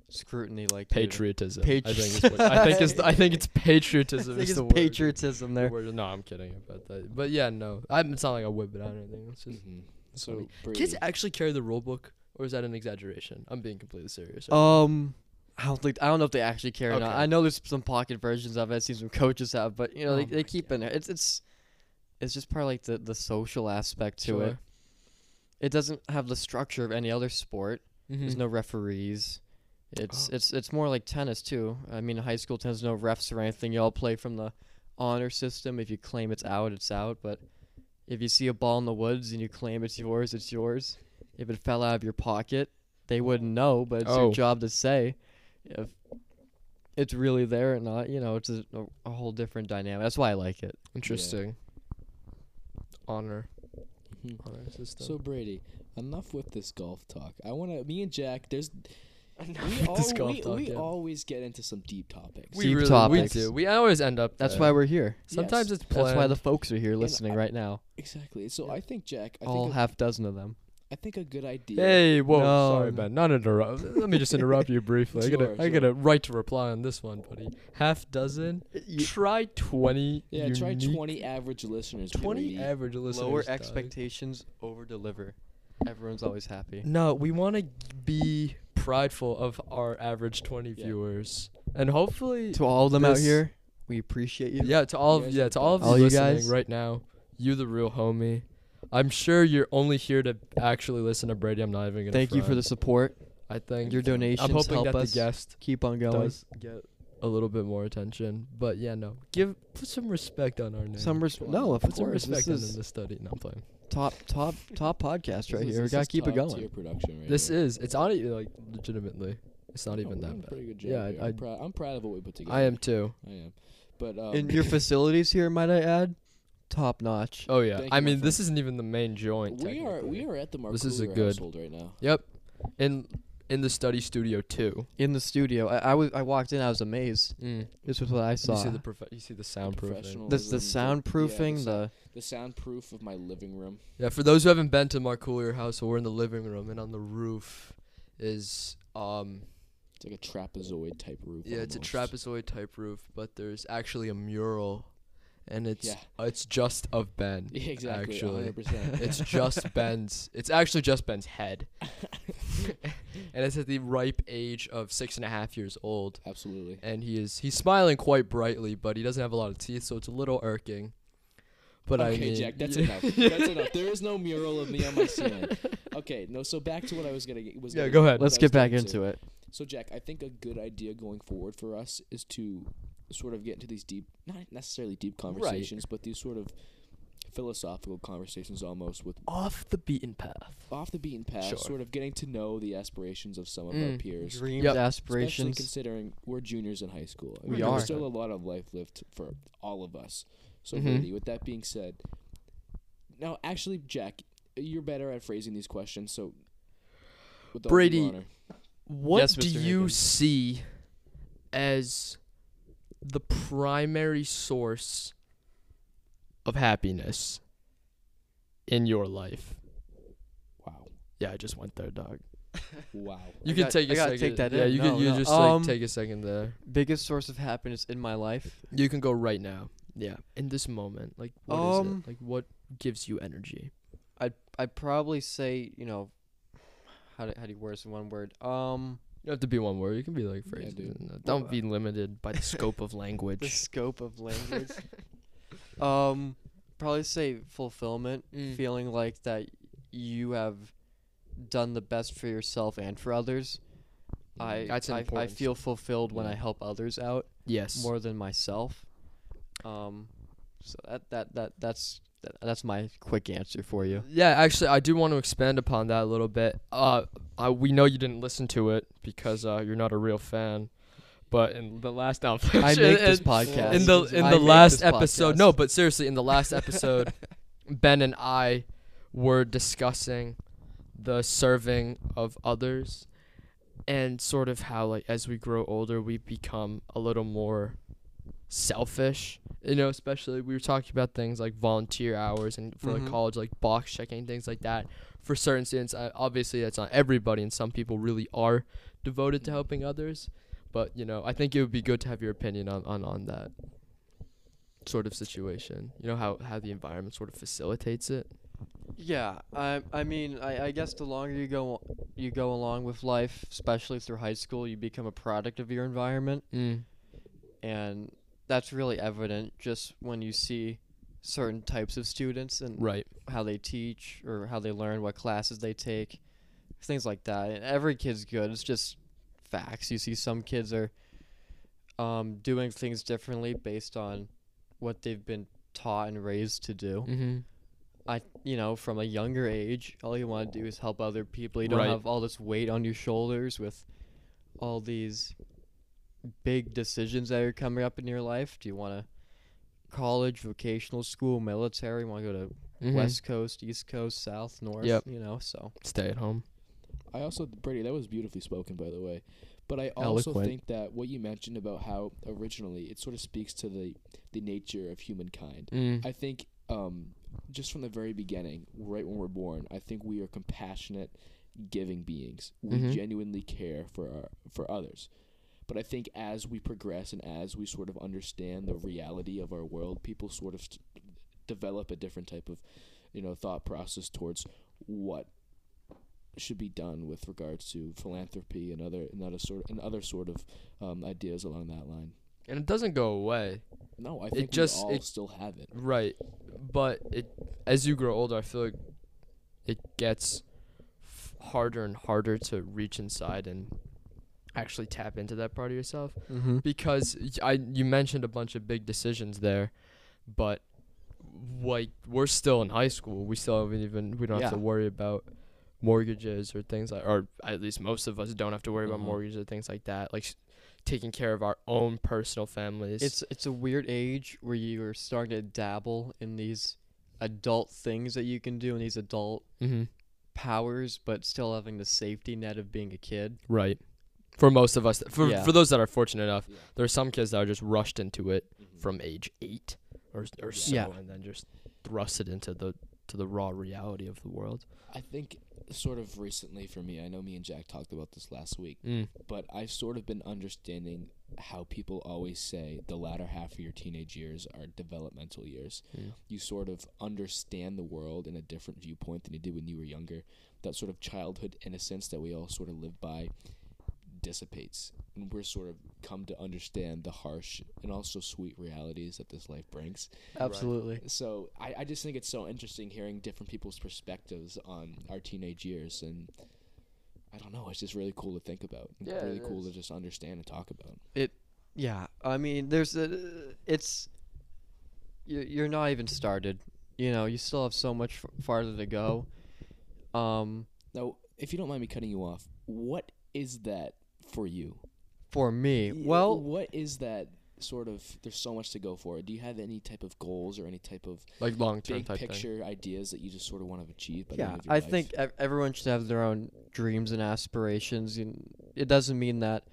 Speaker 3: scrutiny like you do.
Speaker 2: Patriotism. I
Speaker 3: Patri-
Speaker 2: think it's what, I think it's the, I think it's
Speaker 3: I
Speaker 2: patriotism.
Speaker 3: think
Speaker 2: is
Speaker 3: it's
Speaker 2: the word.
Speaker 3: patriotism
Speaker 2: The
Speaker 3: there.
Speaker 2: word- No, I'm kidding about that. But yeah, no, I'm, it's not like I whip it out or anything. It's just
Speaker 1: Mhm.
Speaker 2: it's
Speaker 1: So
Speaker 2: funny.
Speaker 1: Brady,
Speaker 2: kids actually carry the rule book Or is that an exaggeration? I'm being completely serious. right
Speaker 3: Um, I don't think I don't know if they actually care or not.
Speaker 2: Okay.
Speaker 3: I know there's some pocket versions of it. I've seen some coaches have, but you know
Speaker 2: Oh
Speaker 3: they,
Speaker 2: my
Speaker 3: they keep in it. It's it's it's just part of like the the social aspect to it.
Speaker 2: Sure.
Speaker 3: It doesn't have the structure of any other sport.
Speaker 2: now.
Speaker 3: There's
Speaker 1: Hmm.
Speaker 2: Mhm.
Speaker 3: no referees. It's
Speaker 2: Oh.
Speaker 3: it's it's more like tennis too. I mean, in high school tennis, no refs or anything. You all play from the honor system. If you claim it's out, it's out. But if you see a ball in the woods and you claim it's yours, it's yours. If it fell out of your pocket, they wouldn't know. But it's
Speaker 2: Oh.
Speaker 3: your job to say if it's really there or not. You know, it's a, a whole different dynamic. That's why I like it.
Speaker 2: Interesting. Honor.
Speaker 1: Mhm.
Speaker 2: Honor system.
Speaker 1: So Brady, enough with this golf talk. I want to. Me and Jack, there's we,
Speaker 2: with this
Speaker 1: al-
Speaker 2: golf
Speaker 1: we,
Speaker 2: talk,
Speaker 1: we
Speaker 2: yeah.
Speaker 1: always get into some deep topics.
Speaker 2: we
Speaker 3: deep
Speaker 2: really
Speaker 3: topics.
Speaker 2: we do. We I always end up.
Speaker 3: That's
Speaker 2: there.
Speaker 3: why we're here.
Speaker 2: Sometimes
Speaker 1: Yes,
Speaker 2: it's planned.
Speaker 3: That's why the folks are here
Speaker 1: And
Speaker 3: listening
Speaker 1: I-
Speaker 3: right now.
Speaker 1: exactly. So I think Jack, I
Speaker 3: all
Speaker 1: think a,
Speaker 3: half dozen of them.
Speaker 1: I think a good idea.
Speaker 2: Hey, whoa,
Speaker 3: No,
Speaker 2: sorry,
Speaker 3: no.
Speaker 2: Ben. Not interrupt. Let me just interrupt you briefly. I got
Speaker 1: Sure,
Speaker 2: a, I got a right to reply on this one, buddy. Half dozen. Try twenty.
Speaker 1: Yeah, try
Speaker 2: unique-
Speaker 1: twenty average listeners.
Speaker 2: 20
Speaker 1: Brady.
Speaker 2: average listeners.
Speaker 3: lower
Speaker 2: dog.
Speaker 3: expectations over deliver everyone's always happy
Speaker 2: No, we want to be prideful of our average 20
Speaker 1: Yeah.
Speaker 2: viewers, and hopefully,
Speaker 3: to all of them out
Speaker 2: This-
Speaker 3: here we appreciate you
Speaker 2: yeah, to all,
Speaker 1: You
Speaker 2: of,
Speaker 1: guys
Speaker 2: yeah,
Speaker 1: are
Speaker 2: to all of
Speaker 3: the
Speaker 2: you
Speaker 3: best. All you
Speaker 2: listening
Speaker 3: guys.
Speaker 2: right now, you the real homie. I'm sure you're only here to actually listen to Brady. I'm not even gonna.
Speaker 3: thank you for
Speaker 2: front.
Speaker 3: the support
Speaker 2: I think
Speaker 3: your donations
Speaker 2: I'm hoping
Speaker 3: help
Speaker 2: that
Speaker 3: us
Speaker 2: the guest
Speaker 3: keep on going
Speaker 2: does get a little bit more attention. But yeah, no, give put some respect on our name.
Speaker 3: some res- no of
Speaker 2: put some
Speaker 3: course
Speaker 2: respect
Speaker 3: this
Speaker 2: on
Speaker 3: is
Speaker 2: the study. No, I'm playing.
Speaker 3: top top top podcast
Speaker 1: This
Speaker 3: right
Speaker 1: is-
Speaker 3: here we
Speaker 1: this
Speaker 3: gotta
Speaker 1: is
Speaker 3: keep
Speaker 1: top
Speaker 3: it going
Speaker 1: tier Production right
Speaker 2: This
Speaker 1: here.
Speaker 2: is it's on like legitimately. It's not
Speaker 1: No,
Speaker 2: even
Speaker 1: we're
Speaker 2: that
Speaker 1: doing a
Speaker 2: bad.
Speaker 1: Pretty good job
Speaker 2: yeah,
Speaker 1: here.
Speaker 2: I,
Speaker 1: I'm, prou- I'm proud of what we put together.
Speaker 2: I, I am too.
Speaker 1: I am. But um,
Speaker 3: and your facilities here might i add top notch
Speaker 2: Oh yeah,
Speaker 1: Thank
Speaker 2: I
Speaker 1: you, my
Speaker 2: mean this
Speaker 1: friend.
Speaker 2: isn't even the main joint.
Speaker 1: we are
Speaker 2: technically.
Speaker 1: we are at the Mark
Speaker 2: This is a
Speaker 1: Cooler
Speaker 2: good-
Speaker 1: household right now.
Speaker 2: Yep, in in the study studio too.
Speaker 3: in the studio I I was- I walked in i was amazed
Speaker 2: Mm.
Speaker 3: this was what i
Speaker 2: You
Speaker 3: saw
Speaker 2: see the prof- you see the soundproofing.
Speaker 1: professional-
Speaker 3: this the
Speaker 1: Yeah,
Speaker 3: soundproofing the
Speaker 1: The soundproof of my living room.
Speaker 2: Yeah, for those who haven't been to Marcoulier House, we're in the living room, and on the roof is um
Speaker 1: It's like a trapezoid type roof.
Speaker 2: yeah, it's a
Speaker 1: almost.
Speaker 2: trapezoid type roof, but there's actually a mural, and it's
Speaker 1: Yeah.
Speaker 2: uh, it's just of Ben.
Speaker 1: Yeah, exactly.
Speaker 2: Actually,
Speaker 1: 100%.
Speaker 2: it's just Ben's. It's actually just Ben's head, and it's at the ripe age of six and a half years old.
Speaker 1: Absolutely.
Speaker 2: and he is he's smiling quite brightly, but he doesn't have a lot of teeth, so it's a little irking. But
Speaker 1: okay,
Speaker 2: I mean,
Speaker 1: Jack, that's enough. That's enough. There is no mural of me on my ceiling. Okay, no. So back to what I was gonna get. Was
Speaker 2: yeah,
Speaker 1: gonna
Speaker 2: go ahead.
Speaker 3: let's
Speaker 1: I was
Speaker 3: get back
Speaker 1: getting to.
Speaker 3: into it
Speaker 1: So Jack, I think a good idea going forward for us is to sort of get into these deep, not necessarily deep conversations, but these sort of philosophical conversations almost with
Speaker 2: off the beaten path.
Speaker 1: off the beaten path,
Speaker 2: Sure.
Speaker 1: sort of getting to know the aspirations of some of our
Speaker 2: Mm.
Speaker 1: peers.
Speaker 3: dreams
Speaker 2: Yep.
Speaker 1: Especially
Speaker 3: aspirations
Speaker 1: considering we're juniors in high school.
Speaker 3: We
Speaker 1: There's
Speaker 3: are.
Speaker 1: still a lot of life left for all of us. So,
Speaker 2: Mhm.
Speaker 1: Brady, with that being said, now actually, Jack, you're better at phrasing these questions. So, with all due
Speaker 2: Brady,
Speaker 1: honor-
Speaker 2: What
Speaker 3: Yes,
Speaker 2: do
Speaker 3: Mr.
Speaker 2: you
Speaker 3: Higgins.
Speaker 2: see as the primary source of happiness in your life?
Speaker 1: wow,
Speaker 2: Yeah, I just went there, dog.
Speaker 1: wow.
Speaker 2: You
Speaker 3: I
Speaker 2: can
Speaker 3: got-
Speaker 2: take a
Speaker 3: I gotta
Speaker 2: second.
Speaker 3: take that
Speaker 2: yeah,
Speaker 3: in.
Speaker 2: you
Speaker 3: No,
Speaker 2: can you
Speaker 3: no.
Speaker 2: just
Speaker 3: Um,
Speaker 2: like take a second there.
Speaker 3: biggest source of happiness in my life
Speaker 2: You can go right now. Yeah, in this moment, like what is
Speaker 3: Um,
Speaker 2: it? Like what gives you energy?
Speaker 3: I'd probably say, you know, how do, how do you word this in one word? Um,
Speaker 2: You don't have to be one word. You can be like
Speaker 1: Yeah,
Speaker 2: phrases.
Speaker 1: dude.
Speaker 2: No, Don't
Speaker 3: uh,
Speaker 2: be limited by the scope of
Speaker 3: the
Speaker 2: language.
Speaker 3: scope of language. um, probably say fulfillment,
Speaker 2: Mm.
Speaker 3: feeling like that you have done the best for yourself and for others. I
Speaker 2: Mm, That's
Speaker 3: I, I
Speaker 2: important.
Speaker 3: feel fulfilled when I
Speaker 1: Yeah.
Speaker 3: help others out
Speaker 2: Yes.
Speaker 3: more than myself. Um, so that that that that's that, that's my quick answer for you.
Speaker 2: Yeah, actually, I do want to expand upon that a little bit. Uh, I, we know you didn't listen to it because uh, you're not a real fan, but in the last no,
Speaker 3: I make this
Speaker 2: in-
Speaker 3: podcast.
Speaker 2: in the in
Speaker 3: I
Speaker 2: the
Speaker 3: make
Speaker 2: last
Speaker 3: this
Speaker 2: episode.
Speaker 3: podcast.
Speaker 2: No, but seriously, in the last episode, Ben and I were discussing the serving of others and sort of how like as we grow older we become a little more selfish. You know, especially we were talking about things like volunteer hours and for
Speaker 3: Mhm.
Speaker 2: like college like box checking things like that. For certain students, uh, obviously that's not everybody and some people really are devoted to helping others. But you know, I think it would be good to have your opinion on, on, on that sort of situation. You know how, how the environment sort of facilitates it.
Speaker 3: Yeah, I I mean I, I guess the longer you go you go along with life, especially through high school, you become a product of your environment,
Speaker 2: Mm.
Speaker 3: and that's really evident just when you see certain types of students and
Speaker 2: Right.
Speaker 3: how they teach or how they learn, what classes they take, things like that. And every kid's good. It's just facts. You see, some kids are um, doing things differently based on what they've been taught and raised to do.
Speaker 2: Mm-hmm.
Speaker 3: I, you know, from a younger age, all you want to do is help other people. You don't
Speaker 2: Right.
Speaker 3: have all this weight on your shoulders with all these big decisions that are coming up in your life. Do you want to college, vocational school, military? Want to go to West Coast, East Coast, South, North.
Speaker 2: Mm-hmm. Yep.
Speaker 3: You know, so
Speaker 2: Stay at home.
Speaker 1: I also pretty that was beautifully spoken by the way. But I also
Speaker 2: Eloquent.
Speaker 1: think that what you mentioned about how originally it sort of speaks to the the nature of humankind.
Speaker 2: Mm.
Speaker 1: I think um, just from the very beginning, right when we're born, I think we are compassionate, giving beings. We
Speaker 2: Mhm.
Speaker 1: genuinely care for our, for others. But I think as we progress and as we sort of understand the reality of our world, people sort of st- develop a different type of, you know, thought process towards what should be done with regards to philanthropy and other and other sort and other sort of um, ideas along that line.
Speaker 2: and it doesn't go away.
Speaker 1: No, I think
Speaker 2: just-
Speaker 1: we all
Speaker 2: it-
Speaker 1: still have it.
Speaker 2: Right. But it as you grow older, I feel like it gets f- harder and harder to reach inside and actually tap into that part of yourself
Speaker 3: mm-hmm.
Speaker 2: because y- I you mentioned a bunch of big decisions there, but like we're still in high school. We still haven't even we don't have to
Speaker 3: Yeah.
Speaker 2: worry about mortgages or things like or at least most of us don't have to worry
Speaker 3: Mhm.
Speaker 2: about mortgages or things like that. Like s- taking care of our own personal families.
Speaker 3: it's it's a weird age where you are starting to dabble in these adult things that you can do and these adult
Speaker 2: mm-hmm.
Speaker 3: powers, but still having the safety net of being a kid.
Speaker 2: Right. For most of us, for
Speaker 3: Yeah.
Speaker 2: for those that are fortunate enough,
Speaker 1: Yeah.
Speaker 2: there are some kids that are just rushed into it
Speaker 1: Mhm.
Speaker 2: from age eight or or so,
Speaker 3: Yeah.
Speaker 2: and then just thrusted into the to the raw reality of the world.
Speaker 1: I think sort of recently for me, I know me and Jack talked about this last week,
Speaker 2: Mm.
Speaker 1: but I've sort of been understanding how people always say the latter half of your teenage years are developmental years.
Speaker 2: Yeah.
Speaker 1: You sort of understand the world in a different viewpoint than you did when you were younger. That sort of childhood innocence that we all sort of live by dissipates. And we're sort of come to understand the harsh and also sweet realities that this life brings
Speaker 3: Absolutely.
Speaker 1: so I, I just think it's so interesting hearing different people's perspectives on our teenage years and I don't know, it's just really cool to think about. and
Speaker 2: Yeah,
Speaker 1: really
Speaker 2: it
Speaker 1: cool
Speaker 2: is.
Speaker 1: to just understand and talk about.
Speaker 3: Yeah, I mean, there's a. It's. You're you're not even started. You know, you still have so much f- farther to go. Um,
Speaker 1: Now, if you don't mind me cutting you off, what is that for you?
Speaker 3: for me,
Speaker 1: Y-
Speaker 3: well,
Speaker 1: what is that sort of there's so much to go for. Do you have any type of goals or any type of
Speaker 2: Like long term
Speaker 1: big
Speaker 2: type thing.
Speaker 1: picture ideas that you just sort of want to achieve by the
Speaker 3: yeah,
Speaker 1: end of your
Speaker 3: I
Speaker 1: life?
Speaker 3: think ev- everyone should have their own dreams and aspirations. And it doesn't mean that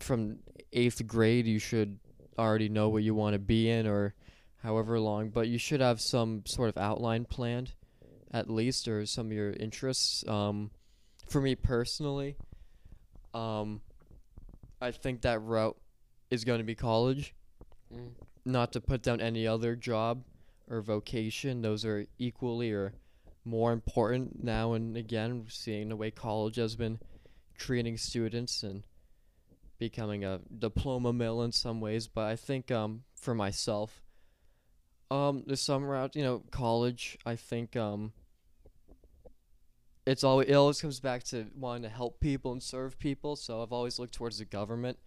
Speaker 3: from eighth grade you should already know what you want to be in or however long, but you should have some sort of outline planned, at least, or some of your interests. Um, for me personally, um, I think that route is going to be college
Speaker 2: Mm.
Speaker 3: not to put down any other job or vocation. Those are equally or more important now and again, seeing the way college has been treating students and becoming a diploma mill in some ways. But I think um, for myself, um, there's some route, you know, college, I think um, it's always, it always comes back to wanting to help people and serve people. So I've always looked towards the government,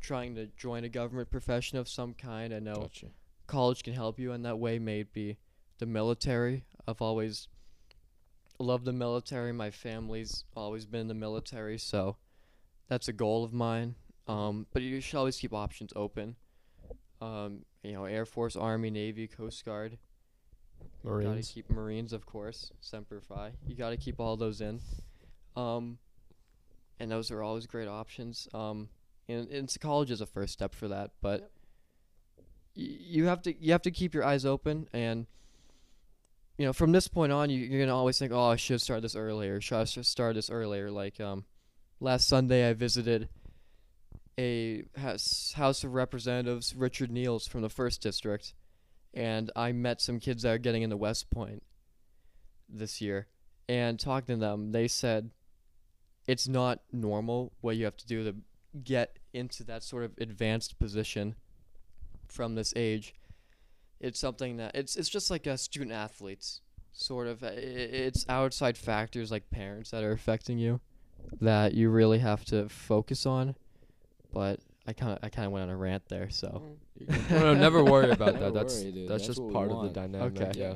Speaker 3: trying to join a government profession of some kind. I know
Speaker 1: gotcha.
Speaker 3: college can help you in that way maybe the military i've always loved the military my family's always been in the military so that's a goal of mine um, but you should always keep options open um, you know air force army navy coast guard gotta
Speaker 2: Marines.
Speaker 3: keep marines of course semper fi you gotta keep all those in um, and those are always great options um, and, and s- college is a first step for that but y- you have to you have to keep your eyes open and you know from this point on you, you're gonna always think oh i should start this earlier should i should start this earlier like um last sunday i visited a house, house of representatives richard neals from the first district and i met some kids that are getting into west point this year and talking to them, they said it's not normal what you have to do to get into that sort of advanced position from this age. It's something that it's it's just like a student athletes sort of I- i- it's outside factors like parents that are affecting you that you really have to focus on. But I kind of I kind of went on a rant there, so
Speaker 2: Mm. No, no, never worry about
Speaker 1: Never
Speaker 2: that. That's
Speaker 1: worry, dude. That's
Speaker 2: that's, just
Speaker 1: what we
Speaker 2: part of the
Speaker 1: want.
Speaker 2: dynamic.
Speaker 3: Okay.
Speaker 2: Yeah.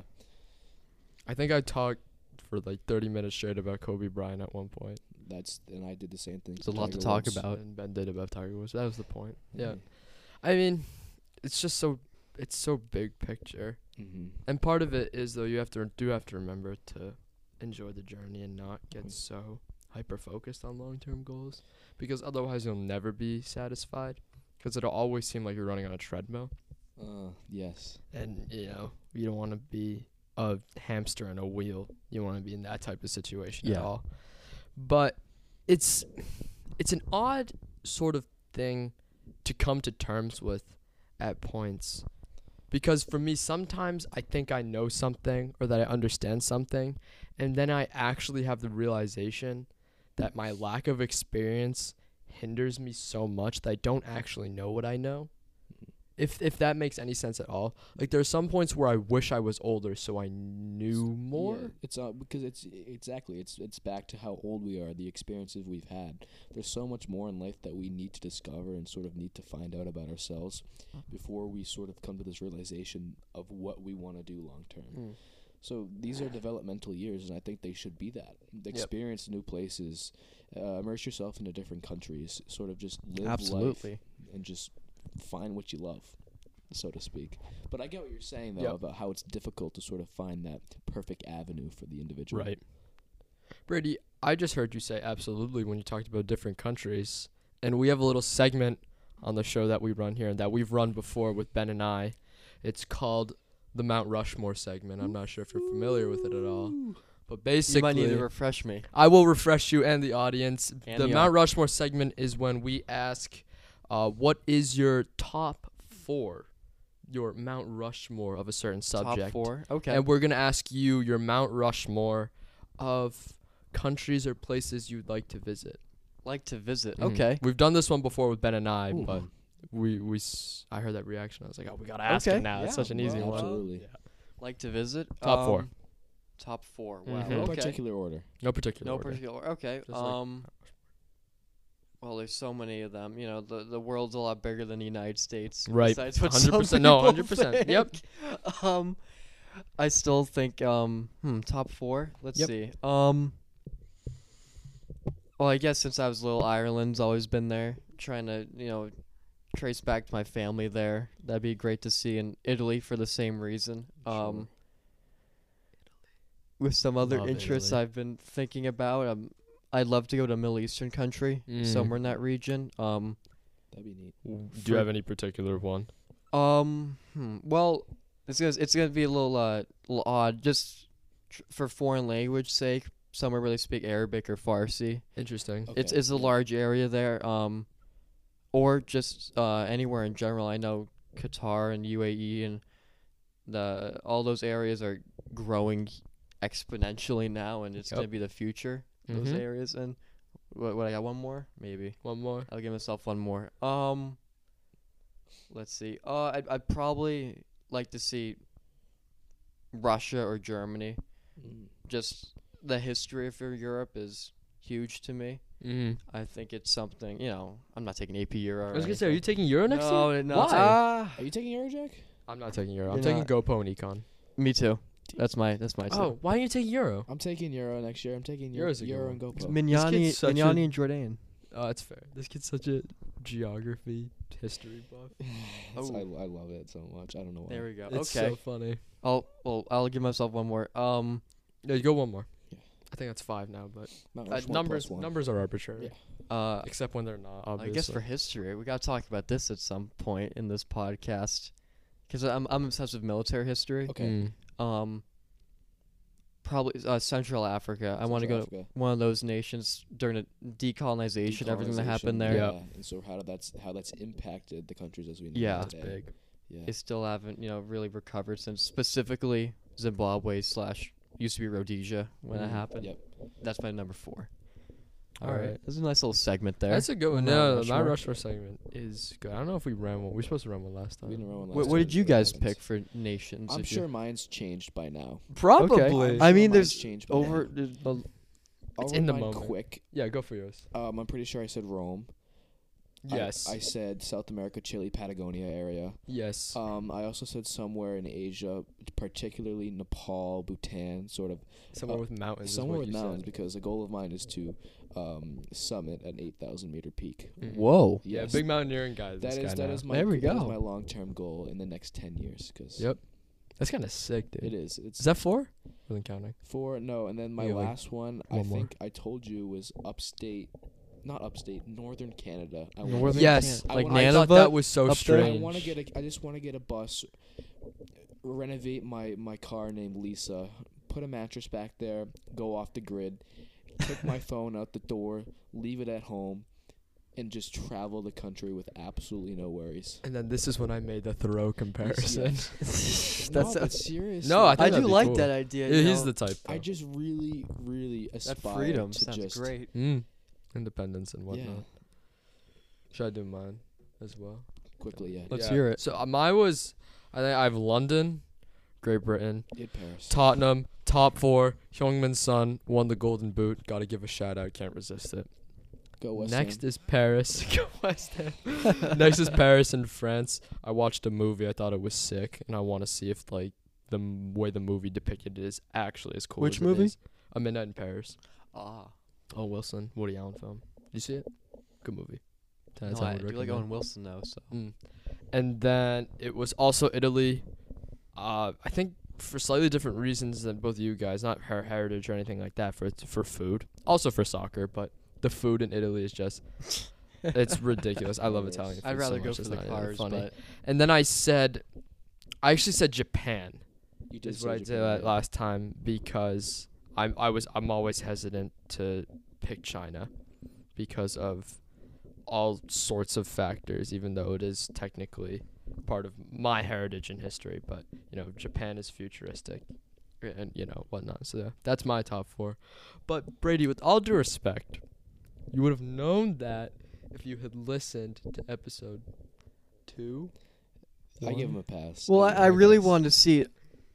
Speaker 2: I think I talked for like 30 minutes straight about Kobe Bryant at one point.
Speaker 1: That's and I did the same thing.
Speaker 3: There's
Speaker 1: for
Speaker 3: a lot to
Speaker 1: Tiger
Speaker 3: talk
Speaker 1: Woods.
Speaker 3: about.
Speaker 2: And Ben did about Tiger Woods. That was the point. Yeah. I mean, it's just so it's so big picture.
Speaker 1: Mhm.
Speaker 2: And part of it is though you have to do have to remember to enjoy the journey and not get so hyper focused on long term goals because otherwise you'll never be satisfied because it'll always seem like you're running on a treadmill
Speaker 1: Uh, yes.
Speaker 2: and you know you don't want to be a hamster in a wheel. You want to be in that type of situation at
Speaker 3: Yeah.
Speaker 2: all. But it's it's an odd sort of thing to come to terms with at points because for me sometimes I think I know something or that I understand something and then I actually have the realization that my lack of experience hinders me so much that I don't actually know what I know. If if that makes any sense at all. Like there are some points where I wish I was older so I knew more.
Speaker 1: Yeah, it's uh, because it's exactly it's it's back to how old we are, the experiences we've had. There's so much more in life that we need to discover and sort of need to find out about ourselves before we sort of come to this realization of what we want to do long term.
Speaker 3: Mm.
Speaker 1: So these are developmental years, and I think they should be that. Experience new places, uh, immerse yourself into different countries, sort of just live
Speaker 3: Absolutely.
Speaker 1: life and just find what you love, so to speak. But I get what you're saying though
Speaker 2: Yep.
Speaker 1: about how it's difficult to sort of find that perfect avenue for the individual.
Speaker 2: Right. Brady, I just heard you say absolutely when you talked about different countries. And we have a little segment on the show that we run here and that we've run before with Ben and I. It's called the Mount Rushmore segment. I'm not sure if you're familiar with it at all. But
Speaker 3: you might
Speaker 2: basically,
Speaker 3: need to refresh me.
Speaker 2: I will refresh you and the audience.
Speaker 3: And
Speaker 2: the
Speaker 3: the
Speaker 2: Mount Rushmore segment is when we ask, uh, what is your top four, your Mount Rushmore of a certain subject?
Speaker 3: Top four. Okay.
Speaker 2: And we're going to ask you your Mount Rushmore of countries or places you'd like to visit.
Speaker 3: like to visit.
Speaker 2: Mhm.
Speaker 3: Okay.
Speaker 2: We've done this one before with Ben and I,
Speaker 1: Ooh.
Speaker 2: but we we s- I heard that reaction. I was like, "Oh, we got to ask
Speaker 3: Okay.
Speaker 2: it now. it's
Speaker 3: Yeah,
Speaker 2: such an easy
Speaker 1: well,
Speaker 2: one."
Speaker 1: Absolutely.
Speaker 3: Like to visit.
Speaker 2: Top four.
Speaker 3: um, Top four. Wow.
Speaker 2: Mhm.
Speaker 1: No
Speaker 3: Okay.
Speaker 1: particular order.
Speaker 2: No particular.
Speaker 3: no
Speaker 2: order.
Speaker 3: particular. Okay.
Speaker 2: Just like-
Speaker 3: um. well, there's so many of them. You know, the the world's a lot bigger than the United States.
Speaker 2: Right.
Speaker 3: Besides what
Speaker 2: 100%.
Speaker 3: some
Speaker 2: No,
Speaker 3: people
Speaker 2: 100%. Yep.
Speaker 3: think. Um, I still think um hmm, top four. Let's
Speaker 2: Yep.
Speaker 3: see. Um. Well, I guess since I was little, Ireland's always been there. Trying to you know trace back to my family there. That'd be great to see in Italy for the same reason. Um
Speaker 1: Sure.
Speaker 3: with some other
Speaker 2: Love
Speaker 3: interests
Speaker 2: Italy.
Speaker 3: I've been thinking about. Um, I'd love to go to a Middle Eastern country,
Speaker 2: Mm.
Speaker 3: somewhere in that region. Um,
Speaker 1: That'd be neat.
Speaker 2: Do you have any particular one?
Speaker 3: um, hmm, well, it's gonna it's gonna be a little uh little odd just tr- for foreign language sake. Some really speak Arabic or Farsi.
Speaker 2: Interesting.
Speaker 3: It's
Speaker 1: Okay.
Speaker 3: it's a large area there. Um, or just uh anywhere in general. I know Qatar and UAE and the all those areas are growing exponentially now, and it's
Speaker 2: Yep.
Speaker 3: gonna be the future. those
Speaker 2: Mhm.
Speaker 3: areas and what, what I got one more maybe
Speaker 2: One more.
Speaker 3: I'll give myself one more um let's see uh I'd, I'd probably like to see Russia or Germany
Speaker 1: Mm.
Speaker 3: just the history for Europe is huge to me
Speaker 2: Mm.
Speaker 3: I think it's something you know I'm not taking AP Euro
Speaker 2: I
Speaker 3: or
Speaker 2: was gonna say, are you
Speaker 3: anything.
Speaker 2: taking Euro next
Speaker 3: no,
Speaker 2: year?
Speaker 3: no
Speaker 2: Why?
Speaker 3: ah,
Speaker 1: Are you taking Eurojack?
Speaker 2: I'm not taking Euro. I'm
Speaker 3: You're
Speaker 2: taking
Speaker 3: not-
Speaker 2: GoPro and Econ.
Speaker 3: me too that's my that's my
Speaker 2: Oh, why don't you take Euro?
Speaker 1: I'm taking Euro next year. I'm taking Euro,
Speaker 2: Euro's a good
Speaker 1: Euro
Speaker 2: one.
Speaker 1: and
Speaker 3: too.
Speaker 1: GoPro.
Speaker 3: Mignani
Speaker 2: such a-
Speaker 3: Mignani and Jordan
Speaker 2: Oh, that's fair. This kid's such a geography history buff.
Speaker 1: It's- I, I love it so much. I don't know why.
Speaker 3: Oh. there we go
Speaker 2: It's
Speaker 3: okay
Speaker 2: so funny.
Speaker 3: I'll well I'll give myself one more um
Speaker 2: No, you go one more.
Speaker 1: Yeah.
Speaker 2: I think that's five now, but
Speaker 1: Mount
Speaker 2: uh,
Speaker 1: Rushmore
Speaker 2: numbers
Speaker 1: plus one.
Speaker 2: numbers are arbitrary,
Speaker 1: Yeah.
Speaker 3: uh
Speaker 2: except when they're not.
Speaker 3: I
Speaker 2: Obviously.
Speaker 3: guess for history, we gotta talk about this at some point in this podcast, because I'm I'm obsessed with military history.
Speaker 1: Okay.
Speaker 2: Mm.
Speaker 3: Um, probably uh, Central Africa. I want to go to one of those nations during the decolonization, everything that happened there.
Speaker 2: Yeah.
Speaker 1: Yeah. And so how that's how that's impacted the countries as we know
Speaker 3: Yeah.
Speaker 1: them
Speaker 3: That's
Speaker 1: today.
Speaker 2: big.
Speaker 1: Yeah.
Speaker 3: They still haven't you know really recovered since specifically Zimbabwe slash used to be Rhodesia when
Speaker 1: Mm-hmm.
Speaker 2: Mhm.
Speaker 3: that happened.
Speaker 1: Yep.
Speaker 3: That's my number four.
Speaker 2: All
Speaker 3: All right.
Speaker 2: right.
Speaker 3: That's a nice little segment there.
Speaker 2: That's a good one.
Speaker 3: Mount
Speaker 2: No, no, my
Speaker 3: Rushmore.
Speaker 2: Rushmore segment is good. I don't know if we ran one. We were supposed to run one last
Speaker 1: We
Speaker 2: time.
Speaker 1: didn't run one
Speaker 3: Wh-
Speaker 1: last
Speaker 3: what,
Speaker 1: time,
Speaker 3: did you
Speaker 1: so that
Speaker 3: guys
Speaker 1: happens.
Speaker 3: pick for nations?
Speaker 1: I'm
Speaker 3: if you-
Speaker 1: sure mine's changed by now.
Speaker 2: Probably.
Speaker 1: I'm
Speaker 3: I
Speaker 1: sure
Speaker 3: mean,
Speaker 1: mine's
Speaker 3: there's
Speaker 1: changed by now.
Speaker 3: over. there's a-
Speaker 1: I'll
Speaker 2: it's
Speaker 1: run
Speaker 2: in the
Speaker 1: mine
Speaker 2: moment.
Speaker 1: Quick.
Speaker 2: Yeah, go for yours.
Speaker 1: Um, I'm pretty sure I said Rome. I-
Speaker 2: Yes.
Speaker 1: I, said South America, Chile, Patagonia area.
Speaker 2: yes.
Speaker 1: Um, I also said somewhere in Asia, particularly Nepal, Bhutan, sort of
Speaker 2: somewhere
Speaker 1: uh,
Speaker 2: with mountains. is
Speaker 1: somewhere
Speaker 2: what
Speaker 1: with
Speaker 2: you said.
Speaker 1: mountains, because the goal of mine is to um, summit an 8,000 meter peak.
Speaker 2: Mhm.
Speaker 3: Whoa.
Speaker 2: Yeah,
Speaker 1: Yes.
Speaker 2: big mountaineering guy.
Speaker 1: That
Speaker 2: this
Speaker 1: is
Speaker 2: guy
Speaker 1: that
Speaker 2: now.
Speaker 1: is my
Speaker 3: There we
Speaker 1: that is
Speaker 3: go.
Speaker 1: my long term goal in the next ten years because
Speaker 2: Yep. That's kind of sick, dude.
Speaker 1: it is it's
Speaker 2: Is that four? Wasn't counting.
Speaker 1: four no and then my
Speaker 2: We have, like,
Speaker 1: last one I
Speaker 2: one more.
Speaker 1: think I told you was upstate not upstate northern Canada I wanna-
Speaker 3: Northern
Speaker 2: Yes,
Speaker 3: Canada.
Speaker 1: I
Speaker 2: like
Speaker 1: wanna- I
Speaker 2: Nana.
Speaker 3: thought
Speaker 2: That was so
Speaker 3: up there.
Speaker 1: I
Speaker 2: strange.
Speaker 1: want to get a I just want to get a bus renovate my my car named Lisa put a mattress back there go off the grid kick my phone out the door leave it at home and just travel the country with absolutely no worries.
Speaker 2: and then this is when I made the Thoreau comparison.
Speaker 1: no,
Speaker 2: That's
Speaker 1: but seriously.
Speaker 2: No, I
Speaker 3: I
Speaker 2: think
Speaker 3: do
Speaker 2: that'd be
Speaker 3: like
Speaker 2: cool.
Speaker 3: that idea. you
Speaker 2: he's the
Speaker 3: know.
Speaker 2: type. Though.
Speaker 1: I just really, really aspire
Speaker 3: that freedom
Speaker 1: to
Speaker 3: sounds
Speaker 1: just
Speaker 3: great.
Speaker 2: Mm. Independence and whatnot.
Speaker 1: Yeah.
Speaker 2: Should I do mine as well?
Speaker 1: quickly. Yeah,
Speaker 3: Let's hear it.
Speaker 2: So uh, mine was, I think I have London, Great Britain,
Speaker 1: Did Paris.
Speaker 2: Tottenham, top four. Heung-Min's son won the Golden Boot. Got to give a shout out. Can't resist it.
Speaker 1: Go West
Speaker 2: Next
Speaker 1: Ham.
Speaker 2: is Paris. Go West Ham. Next is Paris in France. I watched a movie. I thought it was sick, and I want to see if like the m- way the movie depicted it is actually as cool.
Speaker 3: Which
Speaker 2: as it
Speaker 3: movie?
Speaker 2: is. A Midnight in Paris.
Speaker 3: Ah,
Speaker 2: Oh, Wilson, Woody Allen film. Did you see it? Good movie. Ten out of
Speaker 3: no, I,
Speaker 2: ten
Speaker 3: you
Speaker 2: would
Speaker 3: like
Speaker 2: recommend.
Speaker 3: Owen Wilson though, so
Speaker 2: Mm. And then it was also Italy. Uh, I think for slightly different reasons than both of you guys, not her heritage or anything like that. For it's for food, also for soccer, but the food in Italy is just it's ridiculous. I love
Speaker 1: It is.
Speaker 2: Italian food.
Speaker 3: I'd rather
Speaker 2: so
Speaker 3: go
Speaker 2: much.
Speaker 3: for
Speaker 2: It's
Speaker 3: the
Speaker 2: not even
Speaker 3: cars.
Speaker 2: funny.
Speaker 3: But
Speaker 2: And then I said, I actually said Japan
Speaker 1: You did
Speaker 2: is
Speaker 1: say
Speaker 2: what I did
Speaker 1: Japan,
Speaker 2: la-
Speaker 1: yeah.
Speaker 2: last time because I'm I was I'm always hesitant to pick China because of all sorts of factors, even though it is technically part of my heritage and history. But you know, Japan is futuristic and you know whatnot. So that's my top four. But Brady, with all due respect, you would have known that if you had listened to episode two.
Speaker 1: I give
Speaker 2: One.
Speaker 1: him a pass.
Speaker 3: well, I,
Speaker 1: give him
Speaker 3: I
Speaker 1: a
Speaker 3: really
Speaker 1: pass.
Speaker 3: wanted to see it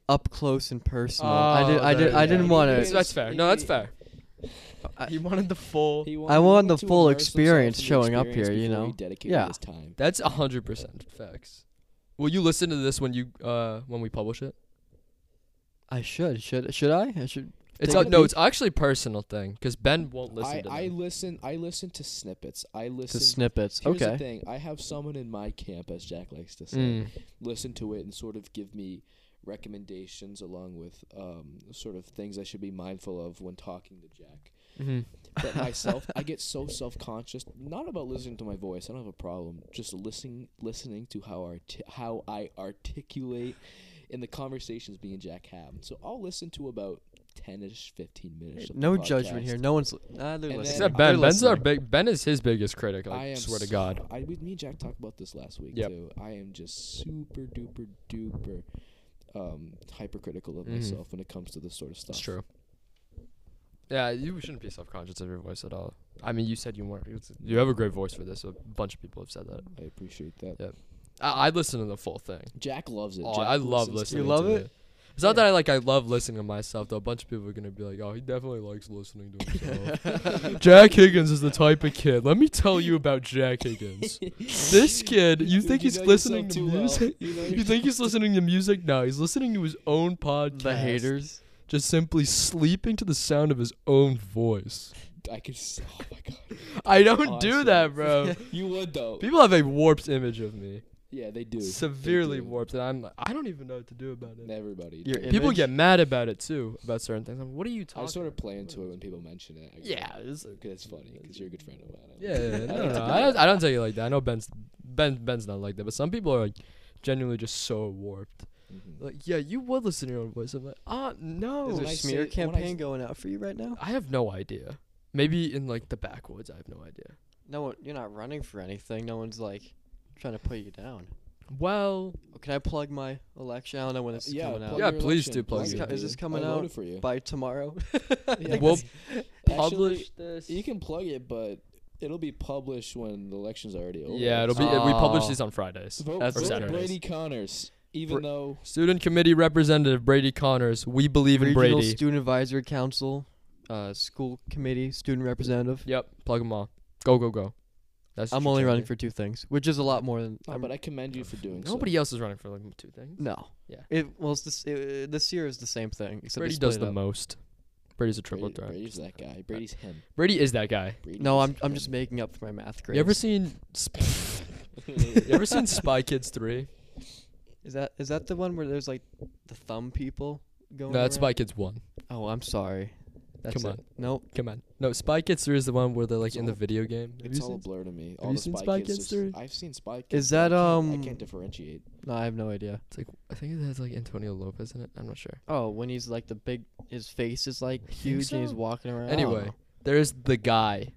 Speaker 3: up close and personal. I did.
Speaker 2: Oh,
Speaker 3: I
Speaker 2: there
Speaker 3: did.
Speaker 2: you
Speaker 3: I
Speaker 2: go.
Speaker 3: didn't
Speaker 1: Yeah,
Speaker 3: want
Speaker 1: you
Speaker 2: That's,
Speaker 1: did.
Speaker 3: to.
Speaker 2: that's fair. No, that's fair.
Speaker 3: I-
Speaker 2: He wanted the full.
Speaker 1: He
Speaker 3: I
Speaker 1: he
Speaker 3: want the
Speaker 1: to
Speaker 3: full
Speaker 1: immerse himself in
Speaker 3: experience
Speaker 1: the
Speaker 3: showing up
Speaker 1: experience
Speaker 3: here, you
Speaker 1: before
Speaker 3: know?
Speaker 1: He dedicated
Speaker 3: Yeah.
Speaker 1: his time.
Speaker 2: That's a hundred percent facts. Will you listen to this when you uh when we publish it?
Speaker 3: I should. Should. Should I? I should.
Speaker 2: It's
Speaker 3: Take
Speaker 2: uh,
Speaker 3: a
Speaker 2: no,
Speaker 3: peek.
Speaker 2: it's actually a personal thing because Ben won't listen
Speaker 1: I,
Speaker 2: to
Speaker 1: I
Speaker 2: them.
Speaker 1: listen. I listen to snippets. I
Speaker 3: To
Speaker 1: listen.
Speaker 3: snippets.
Speaker 1: Here's the
Speaker 3: okay.
Speaker 1: thing. I have someone in my camp, as Jack likes to say,
Speaker 2: Mm.
Speaker 1: listen to it and sort of give me recommendations along with um, sort of things I should be mindful of when talking to Jack.
Speaker 2: Mhm.
Speaker 1: but myself i get so self-conscious not about listening to my voice i don't have a problem just listening listening to how arti- how i articulate in the conversations me and jack have so i'll listen to about 10ish 15 minutes of the
Speaker 3: No judgment
Speaker 1: podcast.
Speaker 3: here. No one's. li- Nah, they're
Speaker 1: And
Speaker 3: listening.
Speaker 2: Except
Speaker 3: They're
Speaker 2: Ben. Ben's our
Speaker 3: listening.
Speaker 2: big. Ben is his biggest critic.
Speaker 1: I
Speaker 2: I,
Speaker 1: am
Speaker 2: swear to
Speaker 1: so-
Speaker 2: God.
Speaker 1: I, we, me and jack talked about this last week
Speaker 2: Yep.
Speaker 1: too i am just super duper duper um, hypercritical of
Speaker 2: Mhm.
Speaker 1: myself when it comes to this sort of stuff
Speaker 2: It's true. Yeah, you shouldn't be self-conscious of your voice at all. I mean, you said you weren't. It's- You have a great voice for this. A bunch of people have said that.
Speaker 1: i appreciate that
Speaker 2: Yeah. I, I listen to the full thing.
Speaker 1: jack loves it
Speaker 2: Oh,
Speaker 1: Jack
Speaker 2: I
Speaker 1: listens
Speaker 2: love
Speaker 1: to
Speaker 2: listening.
Speaker 3: You love
Speaker 2: to
Speaker 3: it?
Speaker 2: It's not
Speaker 3: Yeah.
Speaker 2: that I like. I love listening to myself. Though a bunch of people are gonna be like, "Oh, he definitely likes listening to himself." Jack Higgins is the type of kid. Let me tell you about Jack Higgins. this kid, you
Speaker 1: Dude,
Speaker 2: think he's
Speaker 1: know yourself
Speaker 2: listening to
Speaker 1: too well.
Speaker 2: music?
Speaker 1: You know
Speaker 2: You
Speaker 1: yourself-
Speaker 2: think he's listening to music? No, he's listening to his own podcast.
Speaker 3: The haters.
Speaker 2: just simply sleeping to the sound of his own voice.
Speaker 1: I could. s- Oh my god.
Speaker 2: I don't do
Speaker 1: Awesome.
Speaker 2: that, bro.
Speaker 1: You would though.
Speaker 2: people have a warped image of me,
Speaker 1: Yeah, they do. They
Speaker 2: severely
Speaker 1: do.
Speaker 2: warped, and I'm like, I don't even know what to do about it.
Speaker 1: Everybody.
Speaker 3: Your
Speaker 1: does.
Speaker 2: People
Speaker 3: image.
Speaker 2: get mad about it too about certain things. I'm like, what are you
Speaker 1: I
Speaker 2: talking?
Speaker 1: sort of play
Speaker 2: about?
Speaker 1: into it when people mention it. I guess.
Speaker 2: Yeah, it's,
Speaker 1: Cause it's funny because you're a good friend of mine.
Speaker 2: yeah, yeah, yeah.
Speaker 1: I
Speaker 2: no,
Speaker 1: like
Speaker 2: no,
Speaker 1: to
Speaker 2: no.
Speaker 1: do
Speaker 2: I don't,
Speaker 1: that.
Speaker 2: I don't tell you like that. I know Ben's Ben Ben's not like that, but some people are like genuinely just so warped.
Speaker 1: Mhm.
Speaker 2: Like, yeah, you would listen to your own voice. I'm like, ah,
Speaker 3: There's
Speaker 2: no,
Speaker 1: When
Speaker 3: a
Speaker 1: I
Speaker 3: smear
Speaker 1: say- when I
Speaker 3: campaign
Speaker 1: s-
Speaker 3: going out for you right now.
Speaker 2: I have no idea. Maybe in like the backwoods, I have no idea.
Speaker 3: No one. You're not running for anything. No one's like trying to put you down.
Speaker 2: Well,
Speaker 3: Can I plug my election? I don't know when this is
Speaker 1: yeah,
Speaker 3: coming out.
Speaker 1: plug
Speaker 2: Yeah,
Speaker 1: your
Speaker 2: please do
Speaker 1: election.
Speaker 2: plug
Speaker 1: Is
Speaker 3: it.
Speaker 1: it-
Speaker 3: Is this coming
Speaker 1: I voted
Speaker 3: out
Speaker 1: for you?
Speaker 3: by tomorrow.
Speaker 1: Yeah,
Speaker 2: we'll
Speaker 1: that's-
Speaker 2: publish
Speaker 1: actually,
Speaker 2: this.
Speaker 1: You can plug it, but it'll be published when the election's already over.
Speaker 2: yeah, it'll be.
Speaker 1: So
Speaker 2: we publish
Speaker 3: Oh.
Speaker 2: these on Fridays.
Speaker 1: vote,
Speaker 3: that's
Speaker 1: vote
Speaker 2: for Saturdays.
Speaker 1: Brady Connors, even
Speaker 2: Bra-
Speaker 1: though
Speaker 2: Student Committee Representative Brady Connors. We believe in
Speaker 3: Regional
Speaker 2: Brady.
Speaker 3: Student Advisory Council, uh, school committee, student representative.
Speaker 2: yep. Plug them all. Go go go. That's what
Speaker 3: I'm
Speaker 2: you're
Speaker 3: only
Speaker 2: trying
Speaker 3: running
Speaker 2: to
Speaker 3: for two things, which is a lot more than.
Speaker 1: Oh,
Speaker 3: I'm-
Speaker 1: but I commend you for doing
Speaker 2: do. Nobody else is running for like two things.
Speaker 3: no.
Speaker 2: Yeah.
Speaker 3: It well, it's this uh, this year is the same thing. Except
Speaker 2: Brady
Speaker 3: they
Speaker 2: does
Speaker 3: split
Speaker 2: the
Speaker 3: it up.
Speaker 2: most. Brady's a
Speaker 1: so.
Speaker 2: triple threat.
Speaker 1: Brady's that guy. Brady's him.
Speaker 2: Brady is that guy.
Speaker 1: Brady
Speaker 3: No,
Speaker 1: is
Speaker 3: I'm I'm
Speaker 1: him.
Speaker 3: just making up for my math grades.
Speaker 2: You ever seen? Sp- you ever seen Spy Kids three?
Speaker 3: Is that is that the one where there's like the thumb people
Speaker 2: No,
Speaker 3: going?
Speaker 2: that's Spy
Speaker 3: around?
Speaker 2: Kids one.
Speaker 3: Oh, I'm sorry. That's
Speaker 2: Come
Speaker 3: it. Nope.
Speaker 2: Come on. No, Spy Kids three is the one where they're like
Speaker 1: It's
Speaker 2: in the
Speaker 1: all-
Speaker 2: video game. Have
Speaker 1: It's
Speaker 2: you
Speaker 1: all a
Speaker 2: seen
Speaker 1: blur to me.
Speaker 2: have
Speaker 1: all
Speaker 2: you
Speaker 1: the
Speaker 2: seen
Speaker 1: Spy
Speaker 2: Spy
Speaker 1: Kids
Speaker 2: Kids
Speaker 1: are-
Speaker 2: three?
Speaker 1: I've seen Spy Kids.
Speaker 3: Is
Speaker 1: but
Speaker 3: that,
Speaker 1: I can't-
Speaker 3: um,
Speaker 1: I can't differentiate.
Speaker 3: No, I have no idea.
Speaker 2: It's like I think it has like Antonio Lopez in it. I'm not sure.
Speaker 3: Oh, when he's like the big, his face is like
Speaker 2: think
Speaker 3: huge and he's
Speaker 2: so.
Speaker 3: walking around. I don't
Speaker 2: Anyway,
Speaker 3: know.
Speaker 2: there's the guy.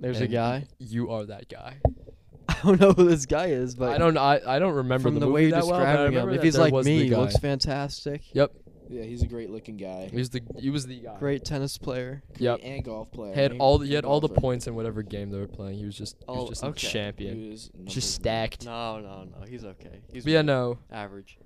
Speaker 3: there's a
Speaker 2: and
Speaker 3: guy.
Speaker 2: You are that guy.
Speaker 3: I don't know who this guy is, but
Speaker 2: I don't. I, I don't remember
Speaker 3: from
Speaker 2: the,
Speaker 3: the,
Speaker 2: movie
Speaker 3: way you're
Speaker 2: that well, but I
Speaker 3: describing him,
Speaker 2: remember
Speaker 3: if
Speaker 2: that
Speaker 3: he's
Speaker 2: there
Speaker 3: like
Speaker 2: was
Speaker 3: me,
Speaker 2: the
Speaker 3: he
Speaker 2: guy.
Speaker 3: looks fantastic.
Speaker 2: Yep.
Speaker 1: Yeah, he's a great looking guy.
Speaker 2: He was the. He was the guy.
Speaker 3: Great tennis player.
Speaker 1: Great
Speaker 2: Yep.
Speaker 1: And golf player.
Speaker 2: He had
Speaker 1: And-
Speaker 2: all. The, he
Speaker 1: and
Speaker 2: had all the
Speaker 1: golfer.
Speaker 2: points in whatever game they were playing. He was just. He was
Speaker 3: Oh,
Speaker 2: just
Speaker 3: okay.
Speaker 2: a
Speaker 1: He
Speaker 2: champion.
Speaker 1: was number
Speaker 2: Just
Speaker 1: one.
Speaker 2: stacked.
Speaker 3: No, no, no. He's okay. He's
Speaker 2: But yeah, no.
Speaker 3: average.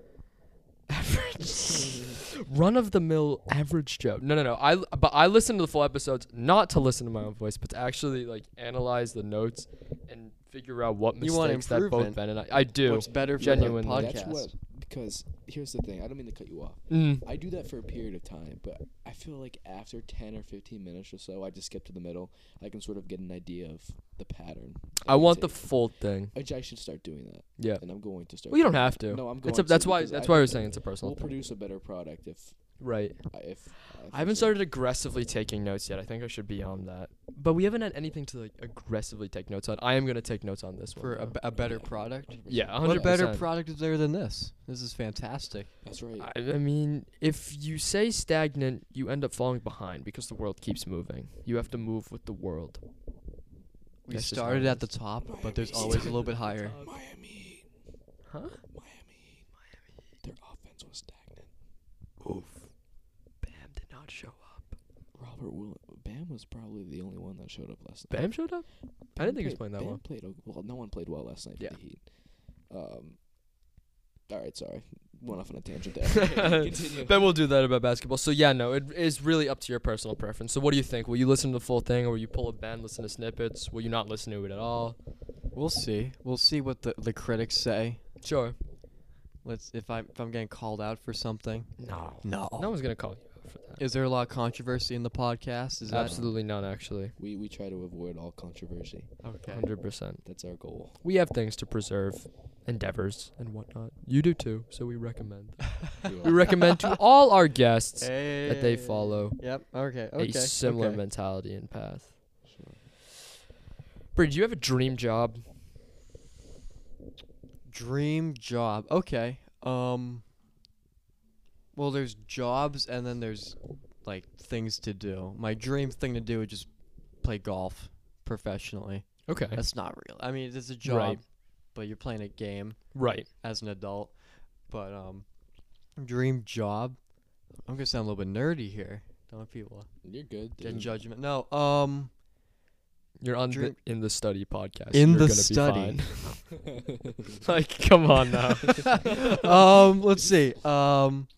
Speaker 2: Average. Run of the mill average Joe. No, no, no. I l- but I listened to the full episodes not to listen to my own voice, but to actually like analyze the notes and figure out what
Speaker 3: You want
Speaker 2: mistakes that both
Speaker 3: improvement.
Speaker 2: Ben and I. I do.
Speaker 3: What's better for
Speaker 2: Genuinely.
Speaker 3: the podcast?
Speaker 1: That's what because here's the thing. I don't mean to cut you off.
Speaker 2: Mm.
Speaker 1: I do that for a period of time, but I feel like after ten or fifteen minutes or so, I just skip to the middle. I can sort of get an idea of the pattern.
Speaker 2: I want the
Speaker 1: can take.
Speaker 2: full thing.
Speaker 1: Which I should start doing that,
Speaker 2: Yeah.
Speaker 1: and I'm going to start.
Speaker 2: Well, you don't
Speaker 1: doing
Speaker 2: have
Speaker 1: that.
Speaker 2: to.
Speaker 1: No, I'm going.
Speaker 2: It's a,
Speaker 1: to
Speaker 2: that's why.
Speaker 1: because I
Speaker 2: That's why I
Speaker 1: think
Speaker 2: was saying it's a personal
Speaker 1: We'll
Speaker 2: thing.
Speaker 1: produce a better product if
Speaker 2: Right.
Speaker 1: I- if. if
Speaker 2: I haven't
Speaker 1: it's a-
Speaker 2: started aggressively taking notes yet. I think I should be on that. But we haven't had anything to like aggressively take notes on. I am gonna take notes on this one.
Speaker 3: for a,
Speaker 2: though.
Speaker 3: b- a better product.
Speaker 2: yeah, 100%.
Speaker 3: What better product is there than this? This is fantastic.
Speaker 1: That's right.
Speaker 2: I, I mean, if you say stagnant, you end up falling behind because the world keeps moving. You have to move with the world.
Speaker 3: We
Speaker 2: That's just how
Speaker 3: started
Speaker 2: it
Speaker 3: at the top, but there's always a little bit higher.
Speaker 1: Miami,
Speaker 2: Huh?
Speaker 1: Miami, Their offense was stagnant.
Speaker 2: Bam did not show up.
Speaker 1: Robert Will Bam was probably the only one that showed up last night.
Speaker 2: Bam showed up? I didn't think he was
Speaker 1: played-
Speaker 2: playing that
Speaker 1: Bam
Speaker 2: well.
Speaker 1: Played o- well. No one played well last night
Speaker 2: Yeah.
Speaker 1: for the Heat. Um, all right, sorry, went off on a tangent there. Continue.
Speaker 2: Ben will do that about basketball. So yeah, no, it is really up to your personal preference. So what do you think? Will you listen to the full thing, or will you pull a Ben, listen to snippets? Will you not listen to it at all?
Speaker 3: We'll see. We'll see what the, the critics say.
Speaker 2: Sure.
Speaker 3: Let's if I if I'm getting called out for something.
Speaker 2: No.
Speaker 3: No.
Speaker 2: No one's gonna call you out for that.
Speaker 3: Is there a lot of controversy in the podcast? Is that
Speaker 2: Absolutely not. Actually,
Speaker 1: we we try to avoid all controversy.
Speaker 3: okay?
Speaker 2: hundred percent.
Speaker 1: That's our goal.
Speaker 2: We have things to preserve, endeavors and whatnot. You do too, so we recommend. we recommend to all our guests that they follow
Speaker 3: Yep. Okay. Okay.
Speaker 2: a similar
Speaker 3: okay.
Speaker 2: mentality and path.
Speaker 1: Sure.
Speaker 2: Brie, do you have a dream job?
Speaker 3: dream job. Okay. Um. Well, there's jobs and then there's like things to do. My dream thing to do is just play golf professionally.
Speaker 2: Okay.
Speaker 3: That's not real. I mean, it's a job,
Speaker 2: Right.
Speaker 3: but you're playing a game
Speaker 2: right.
Speaker 3: as an adult. But um, dream job. I'm gonna sound a little bit nerdy here. Don't want people
Speaker 1: You're good.
Speaker 3: get
Speaker 1: dude.
Speaker 3: judgment. No. Um.
Speaker 2: You're on
Speaker 3: Dream-
Speaker 2: the in the study podcast.
Speaker 3: In
Speaker 2: You're
Speaker 3: the
Speaker 2: gonna be
Speaker 3: study.
Speaker 2: fine. like, come on now.
Speaker 3: um, let's see. Um,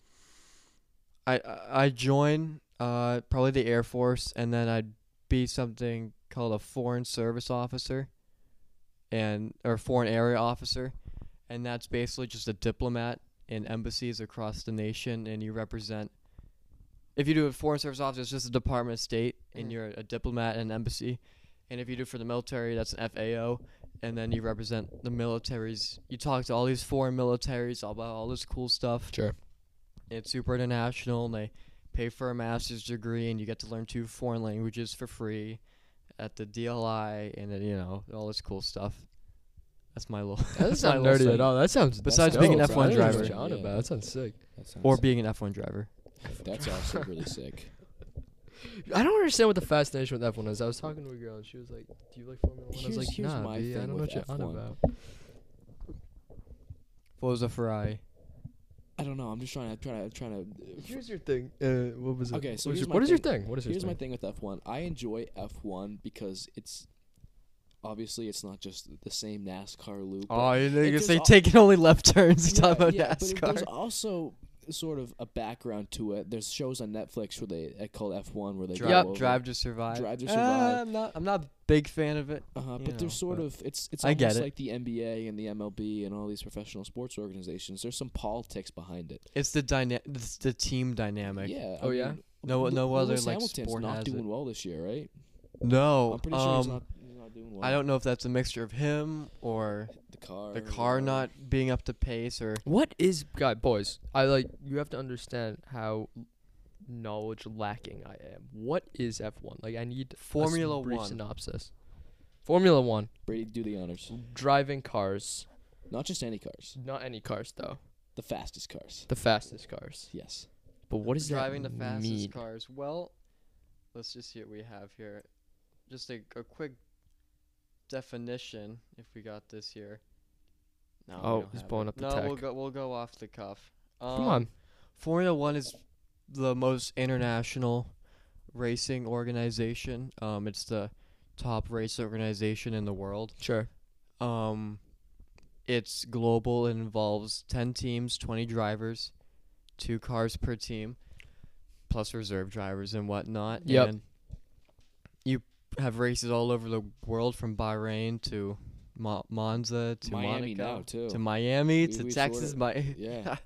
Speaker 3: I I- I join uh probably the Air Force, and then I'd be something called a foreign service officer, and or foreign area officer, and that's basically just a diplomat in embassies across the nation, and you represent. If you do a foreign service officer, it's just a Department of State, and
Speaker 2: Mhm.
Speaker 3: you're a diplomat in an embassy. And if you do for the military, that's an FAO and then you represent the militaries. You talk to all these foreign militaries all about all this cool stuff.
Speaker 2: sure.
Speaker 3: It's super international, and they pay for a master's degree, and you get to learn two foreign languages for free at the DLI, and then, you know all this cool stuff. That's my little.
Speaker 2: That doesn't
Speaker 3: my
Speaker 2: sound
Speaker 3: little
Speaker 2: nerdy
Speaker 3: thing.
Speaker 2: at all. That sounds
Speaker 3: Besides
Speaker 2: that's
Speaker 3: being an
Speaker 2: dope.
Speaker 3: F1
Speaker 2: I don't know what
Speaker 3: driver.
Speaker 2: you're on
Speaker 1: Yeah.
Speaker 2: about. That sounds sick.
Speaker 1: That sounds-
Speaker 3: Or being an F1 driver.
Speaker 1: That's also really sick.
Speaker 2: I don't understand what the fascination with F1 is. I was talking to a girl and she was like, "Do you like Formula 1?" I was
Speaker 1: Here's-
Speaker 2: like,
Speaker 1: here's
Speaker 2: "Nah,
Speaker 1: my
Speaker 2: B, I
Speaker 1: thing
Speaker 2: don't know
Speaker 1: with
Speaker 2: what you're on
Speaker 1: F1.
Speaker 2: about."
Speaker 3: What was a fry?
Speaker 1: I don't know. I'm just trying to trying to I'm trying to.
Speaker 2: Here's your thing. Uh, what was it?
Speaker 1: Okay, so
Speaker 2: What is
Speaker 1: here's
Speaker 2: your-
Speaker 1: my
Speaker 2: what is your
Speaker 1: thing.
Speaker 2: thing? What is your
Speaker 1: Here's my
Speaker 2: thing?
Speaker 1: thing with F1. I enjoy F1 because it's obviously it's not just the same NASCAR loop.
Speaker 3: Oh, you know,
Speaker 1: it
Speaker 3: you can
Speaker 1: gives
Speaker 3: say
Speaker 1: all-
Speaker 3: taking only left turns. You
Speaker 1: Yeah,
Speaker 3: talk about
Speaker 1: yeah, but it- there's
Speaker 3: NASCAR.
Speaker 1: also sort of a background to it. There's shows on Netflix where they uh, called F1 where they
Speaker 3: Drive,
Speaker 1: go
Speaker 3: yep,
Speaker 1: over-
Speaker 3: drive to survive.
Speaker 1: Drive to
Speaker 3: Uh,
Speaker 1: Survive.
Speaker 3: I'm not. I'm not a big fan of it.
Speaker 1: Uh-huh,
Speaker 3: you
Speaker 1: but
Speaker 3: know,
Speaker 1: there's sort
Speaker 3: but-
Speaker 1: of it's it's
Speaker 3: I get
Speaker 1: almost
Speaker 3: it.
Speaker 1: like the NBA and the MLB and all these professional sports organizations. There's some politics behind it.
Speaker 3: It's the dyna- It's the team dynamic.
Speaker 1: Yeah.
Speaker 2: Oh, yeah?
Speaker 3: No- no other,
Speaker 1: Lewis
Speaker 3: like,
Speaker 1: Hamilton's
Speaker 3: sport
Speaker 1: not
Speaker 3: has
Speaker 1: doing
Speaker 3: it.
Speaker 1: well this year, right?
Speaker 3: No.
Speaker 1: I'm pretty sure he's
Speaker 3: um,
Speaker 1: not, he's not doing well.
Speaker 3: I don't know if that's a mixture of him or
Speaker 1: the car.
Speaker 3: the car not being up to pace or
Speaker 2: What is guy boys? I like you have to understand how knowledge lacking I am. What is F one? Like I need a s-
Speaker 3: Formula
Speaker 2: brief
Speaker 3: One.
Speaker 2: synopsis. Formula One,
Speaker 1: Brady, do the honors.
Speaker 2: driving cars,
Speaker 1: Not just any cars.
Speaker 2: not any cars though,
Speaker 1: The fastest cars.
Speaker 2: the fastest cars.
Speaker 1: Yes.
Speaker 2: But what does
Speaker 3: driving
Speaker 2: that
Speaker 3: the fastest
Speaker 2: mean?
Speaker 3: cars. Well, let's just see what we have here. Just a, a quick definition, if we got this here. No, we
Speaker 2: Oh,
Speaker 3: don't
Speaker 2: he's
Speaker 3: have
Speaker 2: blowing
Speaker 3: it.
Speaker 2: up the
Speaker 3: No, we'll
Speaker 2: tech.
Speaker 3: go. We'll go off the cuff. Um,
Speaker 2: Come on,
Speaker 3: Formula One is the most international racing organization. Um, it's the top race organization in the world.
Speaker 2: sure.
Speaker 3: Um, it's global and involves 10 teams, 20 drivers, two cars per team, plus reserve drivers and whatnot.
Speaker 2: Yep.
Speaker 3: And you have races all over the world from Bahrain to Mo- Monza to
Speaker 1: Miami
Speaker 3: Monaco
Speaker 1: now too.
Speaker 3: to Miami
Speaker 1: We-
Speaker 3: to
Speaker 1: we sorta-
Speaker 3: Texas. My
Speaker 1: yeah.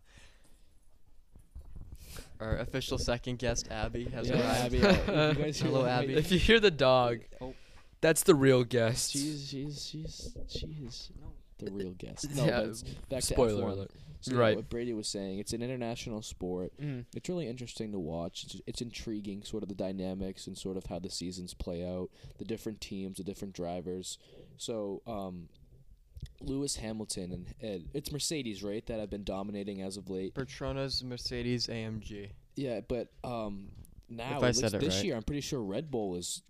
Speaker 3: Our official second guest, Abby, has
Speaker 1: Yeah,
Speaker 3: arrived.
Speaker 1: Abby, uh, you guys hear
Speaker 3: Hello,
Speaker 1: that?
Speaker 3: Abby.
Speaker 2: If you hear the dog,
Speaker 3: Oh.
Speaker 2: that's the real guest.
Speaker 1: She's she's she's she's the real guest. No,
Speaker 2: yeah,
Speaker 1: but it's back
Speaker 2: spoiler
Speaker 1: to F1.
Speaker 2: alert.
Speaker 1: So yeah,
Speaker 2: Right.
Speaker 1: what Brady was saying, it's an international sport.
Speaker 2: Mm.
Speaker 1: It's really interesting to watch. It's, it's intriguing, sort of the dynamics and sort of how the seasons play out, the different teams, the different drivers. So, um, Lewis Hamilton and, and it's Mercedes, right, that have been dominating as of late.
Speaker 3: Petronas Mercedes AMG.
Speaker 1: Yeah, but um, now
Speaker 3: If
Speaker 1: it
Speaker 3: I
Speaker 1: looks-
Speaker 3: said it
Speaker 1: this
Speaker 3: right.
Speaker 1: year, I'm pretty sure Red Bull is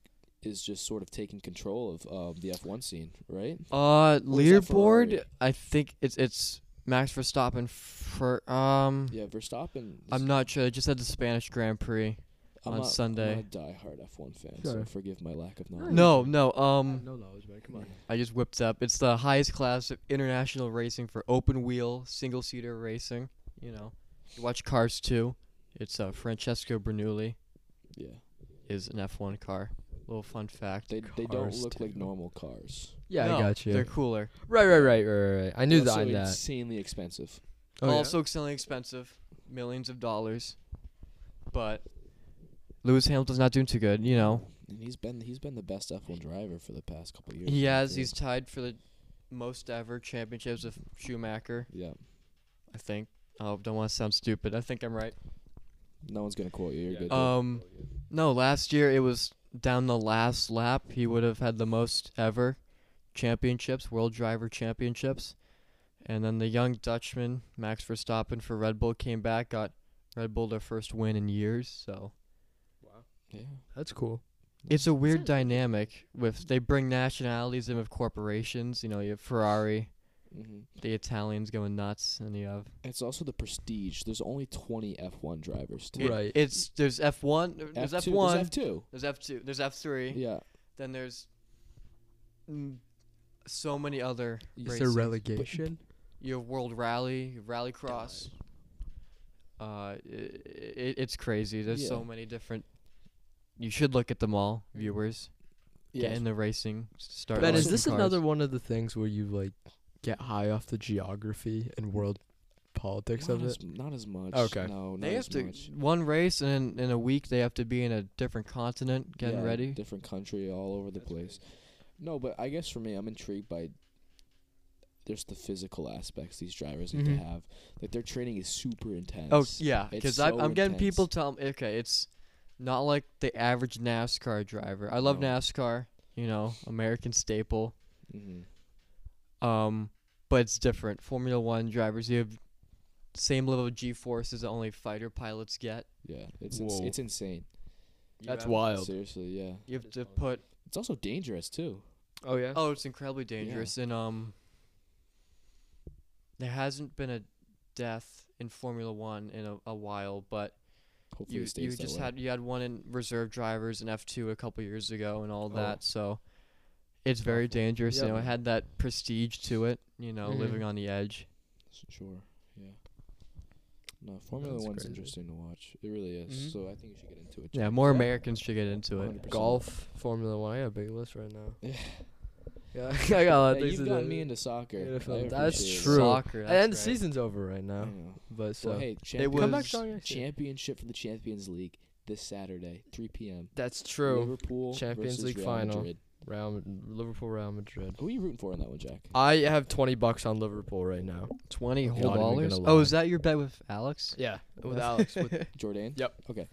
Speaker 1: is just sort of taking control of um, the F1 scene, right?
Speaker 3: Uh,
Speaker 1: Or is that Ferrari?
Speaker 3: leaderboard. I think it's it's Max Verstappen for um.
Speaker 1: Yeah, Verstappen. is-
Speaker 3: I'm not sure. They just had the Spanish Grand Prix.
Speaker 1: I'm
Speaker 3: on
Speaker 1: not-
Speaker 3: Sunday.
Speaker 1: I'm not a diehard F1 fan, so
Speaker 2: Sure.
Speaker 1: forgive my lack of knowledge.
Speaker 3: No, no. Um,
Speaker 2: no knowledge, man. Come
Speaker 1: on.
Speaker 3: I just whipped up. It's the highest class of international racing for open wheel single seater racing. You know, you watch Cars 2. It's uh, Francesco Bernoulli
Speaker 1: Yeah,
Speaker 3: is an F1 car. Little fun fact.
Speaker 1: they they don't
Speaker 2: Cars
Speaker 1: look like
Speaker 2: too.
Speaker 1: normal cars.
Speaker 2: Yeah,
Speaker 3: No,
Speaker 2: I got you.
Speaker 3: They're cooler.
Speaker 2: Right, right, right, right, right, right. I knew
Speaker 1: They're
Speaker 2: that.
Speaker 1: also
Speaker 2: I that.
Speaker 1: insanely expensive.
Speaker 2: Oh, yeah?
Speaker 3: also extremely expensive, millions of dollars. But Lewis Hamilton's not doing too good. You know,
Speaker 1: And he's been he's been the best F1 driver for the past couple years.
Speaker 3: he
Speaker 1: I
Speaker 3: has.
Speaker 1: think.
Speaker 3: He's tied for the most ever championships with Schumacher.
Speaker 1: yeah.
Speaker 3: I think. Oh, don't want to sound stupid. I think I'm right.
Speaker 1: No one's gonna quote you. You're
Speaker 2: Yeah.
Speaker 1: good. dude.
Speaker 3: Um, no, last year it was down the last lap. He would have had the most ever championships, World Driver Championships. And then the young Dutchman, Max Verstappen for Red Bull, came back, got Red Bull their first win in years. So
Speaker 1: yeah.
Speaker 2: That's cool.
Speaker 3: it's a weird dynamic with they bring nationalities in with corporations. You know, you have Ferrari,
Speaker 1: hmm
Speaker 3: the Italians going nuts, and you have
Speaker 1: It's also the prestige. There's only 20 F1 drivers. Too.
Speaker 2: Right.
Speaker 3: It's there's F one, there's F
Speaker 1: F2,
Speaker 3: one,
Speaker 1: There's F2.
Speaker 3: there's F two, there's F three.
Speaker 1: Yeah.
Speaker 3: then there's mm, so many other
Speaker 1: Is
Speaker 3: races.
Speaker 2: Is there relegation?
Speaker 3: you have World Rally, you have Rallycross. Uh, i i it's crazy. There's so
Speaker 1: Yeah.
Speaker 3: many different. You should look at them all, viewers. Get
Speaker 1: Yeah.
Speaker 3: in the racing. Start.
Speaker 2: Ben, is
Speaker 3: watching
Speaker 2: this
Speaker 3: cars.
Speaker 2: another one of the things where you like get high off the geography and world politics
Speaker 1: Not
Speaker 2: of
Speaker 1: as,
Speaker 2: it?
Speaker 1: not as much.
Speaker 2: Okay.
Speaker 1: No, not
Speaker 3: They
Speaker 1: as
Speaker 3: have to
Speaker 1: much.
Speaker 3: one race, and in, in a week they have to be in a different continent, getting
Speaker 1: Yeah,
Speaker 3: ready.
Speaker 1: Different country, all over the place. No, but I guess for me, I'm intrigued by there's the physical aspects these drivers need
Speaker 2: Mhm.
Speaker 1: to have. Like their training is super intense.
Speaker 3: Mm-hmm. Oh yeah,
Speaker 1: It's
Speaker 3: because
Speaker 1: so
Speaker 3: I'm, I'm getting
Speaker 1: intense.
Speaker 3: people tell me, okay, it's not like the average NASCAR driver. I love
Speaker 1: No.
Speaker 3: NASCAR, you know, American staple.
Speaker 1: Mhm.
Speaker 3: Um, but it's different. Formula One drivers, you have same level of G forces that only fighter pilots get.
Speaker 1: Yeah, it's ins-
Speaker 2: Whoa.
Speaker 1: it's insane.
Speaker 3: You
Speaker 2: That's
Speaker 3: have-
Speaker 2: wild.
Speaker 1: Seriously, yeah.
Speaker 3: You have to put.
Speaker 1: It's also dangerous too.
Speaker 2: Oh yeah.
Speaker 3: Oh, it's incredibly dangerous. And um, there hasn't been a death in Formula One in a, a while, but
Speaker 1: Hopefully,
Speaker 3: you
Speaker 1: it stays
Speaker 3: you
Speaker 1: that
Speaker 3: just
Speaker 1: way.
Speaker 3: had you had one in reserve drivers in F two a couple years ago and all
Speaker 1: Oh.
Speaker 3: that, so it's very dangerous. You
Speaker 2: Yep.
Speaker 3: know, it had that prestige to it. You know,
Speaker 2: Mhm.
Speaker 3: living on the edge.
Speaker 1: S- Sure. Yeah. No, Formula
Speaker 2: That's
Speaker 1: One's
Speaker 2: crazy.
Speaker 1: interesting to watch. It really is.
Speaker 2: Mhm.
Speaker 1: So I think you should get into it.
Speaker 3: Mm-hmm. Yeah,
Speaker 1: Jack.
Speaker 3: more Americans should get into it.
Speaker 1: 100%.
Speaker 2: Golf, Formula One. I got a big list right now.
Speaker 1: Yeah.
Speaker 2: Yeah, I got a lot of
Speaker 1: Hey,
Speaker 2: things
Speaker 1: you've
Speaker 2: to
Speaker 1: gotten
Speaker 2: do.
Speaker 1: me into soccer.
Speaker 2: Yeah,
Speaker 1: I
Speaker 2: fam, that's
Speaker 1: appreciate it.
Speaker 2: True.
Speaker 3: Soccer.
Speaker 2: and
Speaker 3: that's
Speaker 2: the
Speaker 3: right.
Speaker 2: season's over right Mm.
Speaker 1: I
Speaker 2: now,
Speaker 1: know.
Speaker 2: but so
Speaker 1: So hey,
Speaker 3: It
Speaker 1: champion,
Speaker 3: was
Speaker 2: come back strong next year.
Speaker 1: championship for the Champions League this Saturday, 3 p.m.
Speaker 2: That's true.
Speaker 1: Liverpool
Speaker 2: Champions
Speaker 1: versus
Speaker 2: League
Speaker 1: Real
Speaker 2: final.
Speaker 1: Madrid.
Speaker 2: Real, Mad- Liverpool, Real Madrid.
Speaker 1: Who are you rooting for in that one, Jack?
Speaker 2: I have twenty bucks on Liverpool right now.
Speaker 3: Twenty
Speaker 2: Not
Speaker 3: whole
Speaker 2: even gonna
Speaker 3: dollars. Oh,
Speaker 2: lie.
Speaker 3: is that your bet with Alex?
Speaker 2: Yeah, with Alex. With,
Speaker 1: Jordan.
Speaker 2: Yep.
Speaker 1: Okay.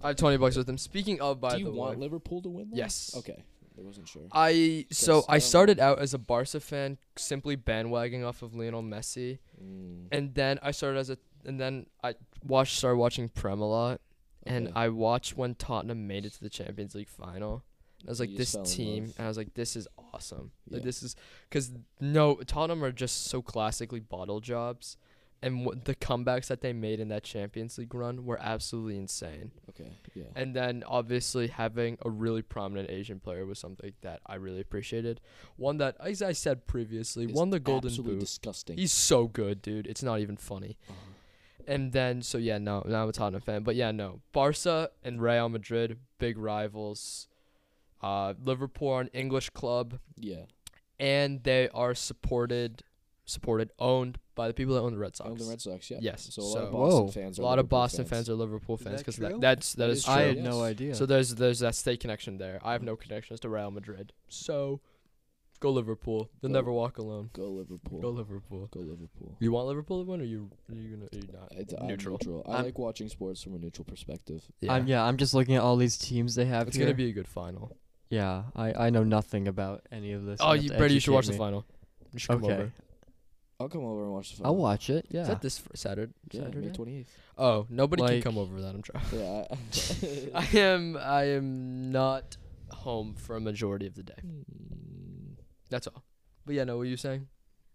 Speaker 2: I have twenty bucks with him. Speaking of, by
Speaker 1: Do you
Speaker 2: the
Speaker 1: want
Speaker 2: way,
Speaker 1: Liverpool to win? That?
Speaker 2: yes.
Speaker 1: Okay. I wasn't sure.
Speaker 2: I so
Speaker 1: Guess
Speaker 2: I
Speaker 1: so.
Speaker 2: started out as a Barca fan, simply bandwagoning off of Lionel Messi,
Speaker 1: Mm,
Speaker 2: and then I started as a and then I watched started watching Prem a lot, and
Speaker 1: okay.
Speaker 2: I watched when Tottenham made it to the Champions League final. And I was
Speaker 1: You
Speaker 2: like,
Speaker 1: just
Speaker 2: this
Speaker 1: fell in
Speaker 2: team,
Speaker 1: love.
Speaker 2: and I was like, this is awesome. Like
Speaker 1: Yeah.
Speaker 2: this is because no Tottenham are just so classically bottle jobs, and what the comebacks that they made in that Champions League run were absolutely insane.
Speaker 1: okay. Yeah.
Speaker 2: And then obviously having a really prominent Asian player was something that I really appreciated. One that, as I said previously,
Speaker 1: It's
Speaker 2: won the Golden
Speaker 1: Absolutely
Speaker 2: Boot.
Speaker 1: disgusting.
Speaker 2: He's so good, dude. It's not even funny.
Speaker 1: Uh-huh.
Speaker 2: And then, so yeah, no, now I'm a Tottenham fan. But yeah, no. Barca and Real Madrid, big rivals. Uh, Liverpool are an English club,
Speaker 1: yeah.
Speaker 2: and they are supported, supported, owned by the people that own the Red Sox.
Speaker 1: Oh, the Red Sox. Yeah.
Speaker 2: Yes,
Speaker 1: So a lot of
Speaker 2: so-
Speaker 1: Boston
Speaker 3: Whoa.
Speaker 1: fans.
Speaker 2: a
Speaker 1: Are
Speaker 2: lot of
Speaker 1: Liverpool
Speaker 2: Boston fans. are Liverpool
Speaker 3: Is
Speaker 2: fans
Speaker 3: that
Speaker 2: because
Speaker 3: true?
Speaker 2: that's
Speaker 1: That
Speaker 2: that is,
Speaker 1: is
Speaker 2: true.
Speaker 3: I
Speaker 1: true.
Speaker 3: had
Speaker 1: Yes.
Speaker 3: no idea.
Speaker 2: So there's there's that state connection there. I have no connections to Real Madrid. So go Liverpool. They'll
Speaker 1: Go-
Speaker 2: never walk alone.
Speaker 1: Go Liverpool.
Speaker 2: Go Liverpool.
Speaker 1: Go Liverpool.
Speaker 2: You want Liverpool to win, or you are you gonna are you not
Speaker 1: It's, I'm
Speaker 2: neutral?
Speaker 1: neutral. I
Speaker 3: I'm-
Speaker 1: like watching sports from a neutral perspective.
Speaker 2: Yeah,
Speaker 3: I'm yeah. I'm just looking at all these teams they have
Speaker 2: it's
Speaker 3: here.
Speaker 2: gonna be a good final.
Speaker 3: yeah, I, I know nothing about any of this.
Speaker 2: Oh,
Speaker 3: have
Speaker 2: you,
Speaker 3: to
Speaker 2: Brady, you should
Speaker 3: educate
Speaker 2: watch
Speaker 3: me.
Speaker 2: the final. You should come
Speaker 3: Okay,
Speaker 2: over.
Speaker 1: I'll come over and watch the final.
Speaker 3: I'll watch it. Yeah.
Speaker 2: Is that this fr- Saturday?
Speaker 1: Yeah,
Speaker 2: Saturday?
Speaker 1: May twenty eighth.
Speaker 2: oh, nobody can
Speaker 3: Like-
Speaker 2: come over that. I'm trying.
Speaker 1: Yeah. I-
Speaker 2: I am I am not home for a majority of the day.
Speaker 1: Mm,
Speaker 2: That's all. But yeah, no, what are you saying?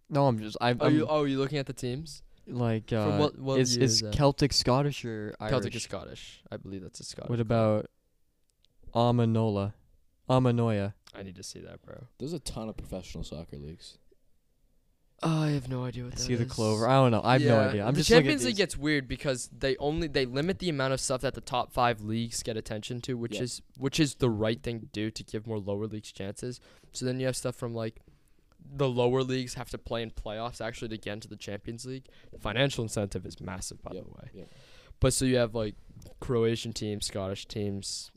Speaker 3: No, I'm just. I'm,
Speaker 2: Are
Speaker 3: I'm
Speaker 2: you oh, are you looking at the teams?
Speaker 3: like. Uh,
Speaker 2: From what- what
Speaker 3: is
Speaker 2: year
Speaker 3: is
Speaker 2: is that?
Speaker 3: Celtic Scottish or Irish?
Speaker 2: Celtic is Scottish. I believe that's a Scottish.
Speaker 3: What
Speaker 2: club.
Speaker 3: about Amanola? Amanoia.
Speaker 2: I need to see that, bro.
Speaker 1: There's a ton of professional soccer leagues.
Speaker 2: I have no idea what that is.
Speaker 3: See the clover. I don't know. I have no
Speaker 2: Yeah,
Speaker 3: idea. I'm
Speaker 2: the
Speaker 3: just
Speaker 2: Champions
Speaker 3: looking
Speaker 2: League
Speaker 3: at these.
Speaker 2: gets weird because they only they limit the amount of stuff that the top five leagues get attention to, which
Speaker 1: Yeah.
Speaker 2: is which is the right thing to do to give more lower leagues chances. So then you have stuff from like the lower leagues have to play in playoffs actually to get into the Champions League. The financial incentive is massive, by
Speaker 1: Yep,
Speaker 2: the way.
Speaker 1: yep.
Speaker 2: But so you have like Croatian teams, Scottish teams,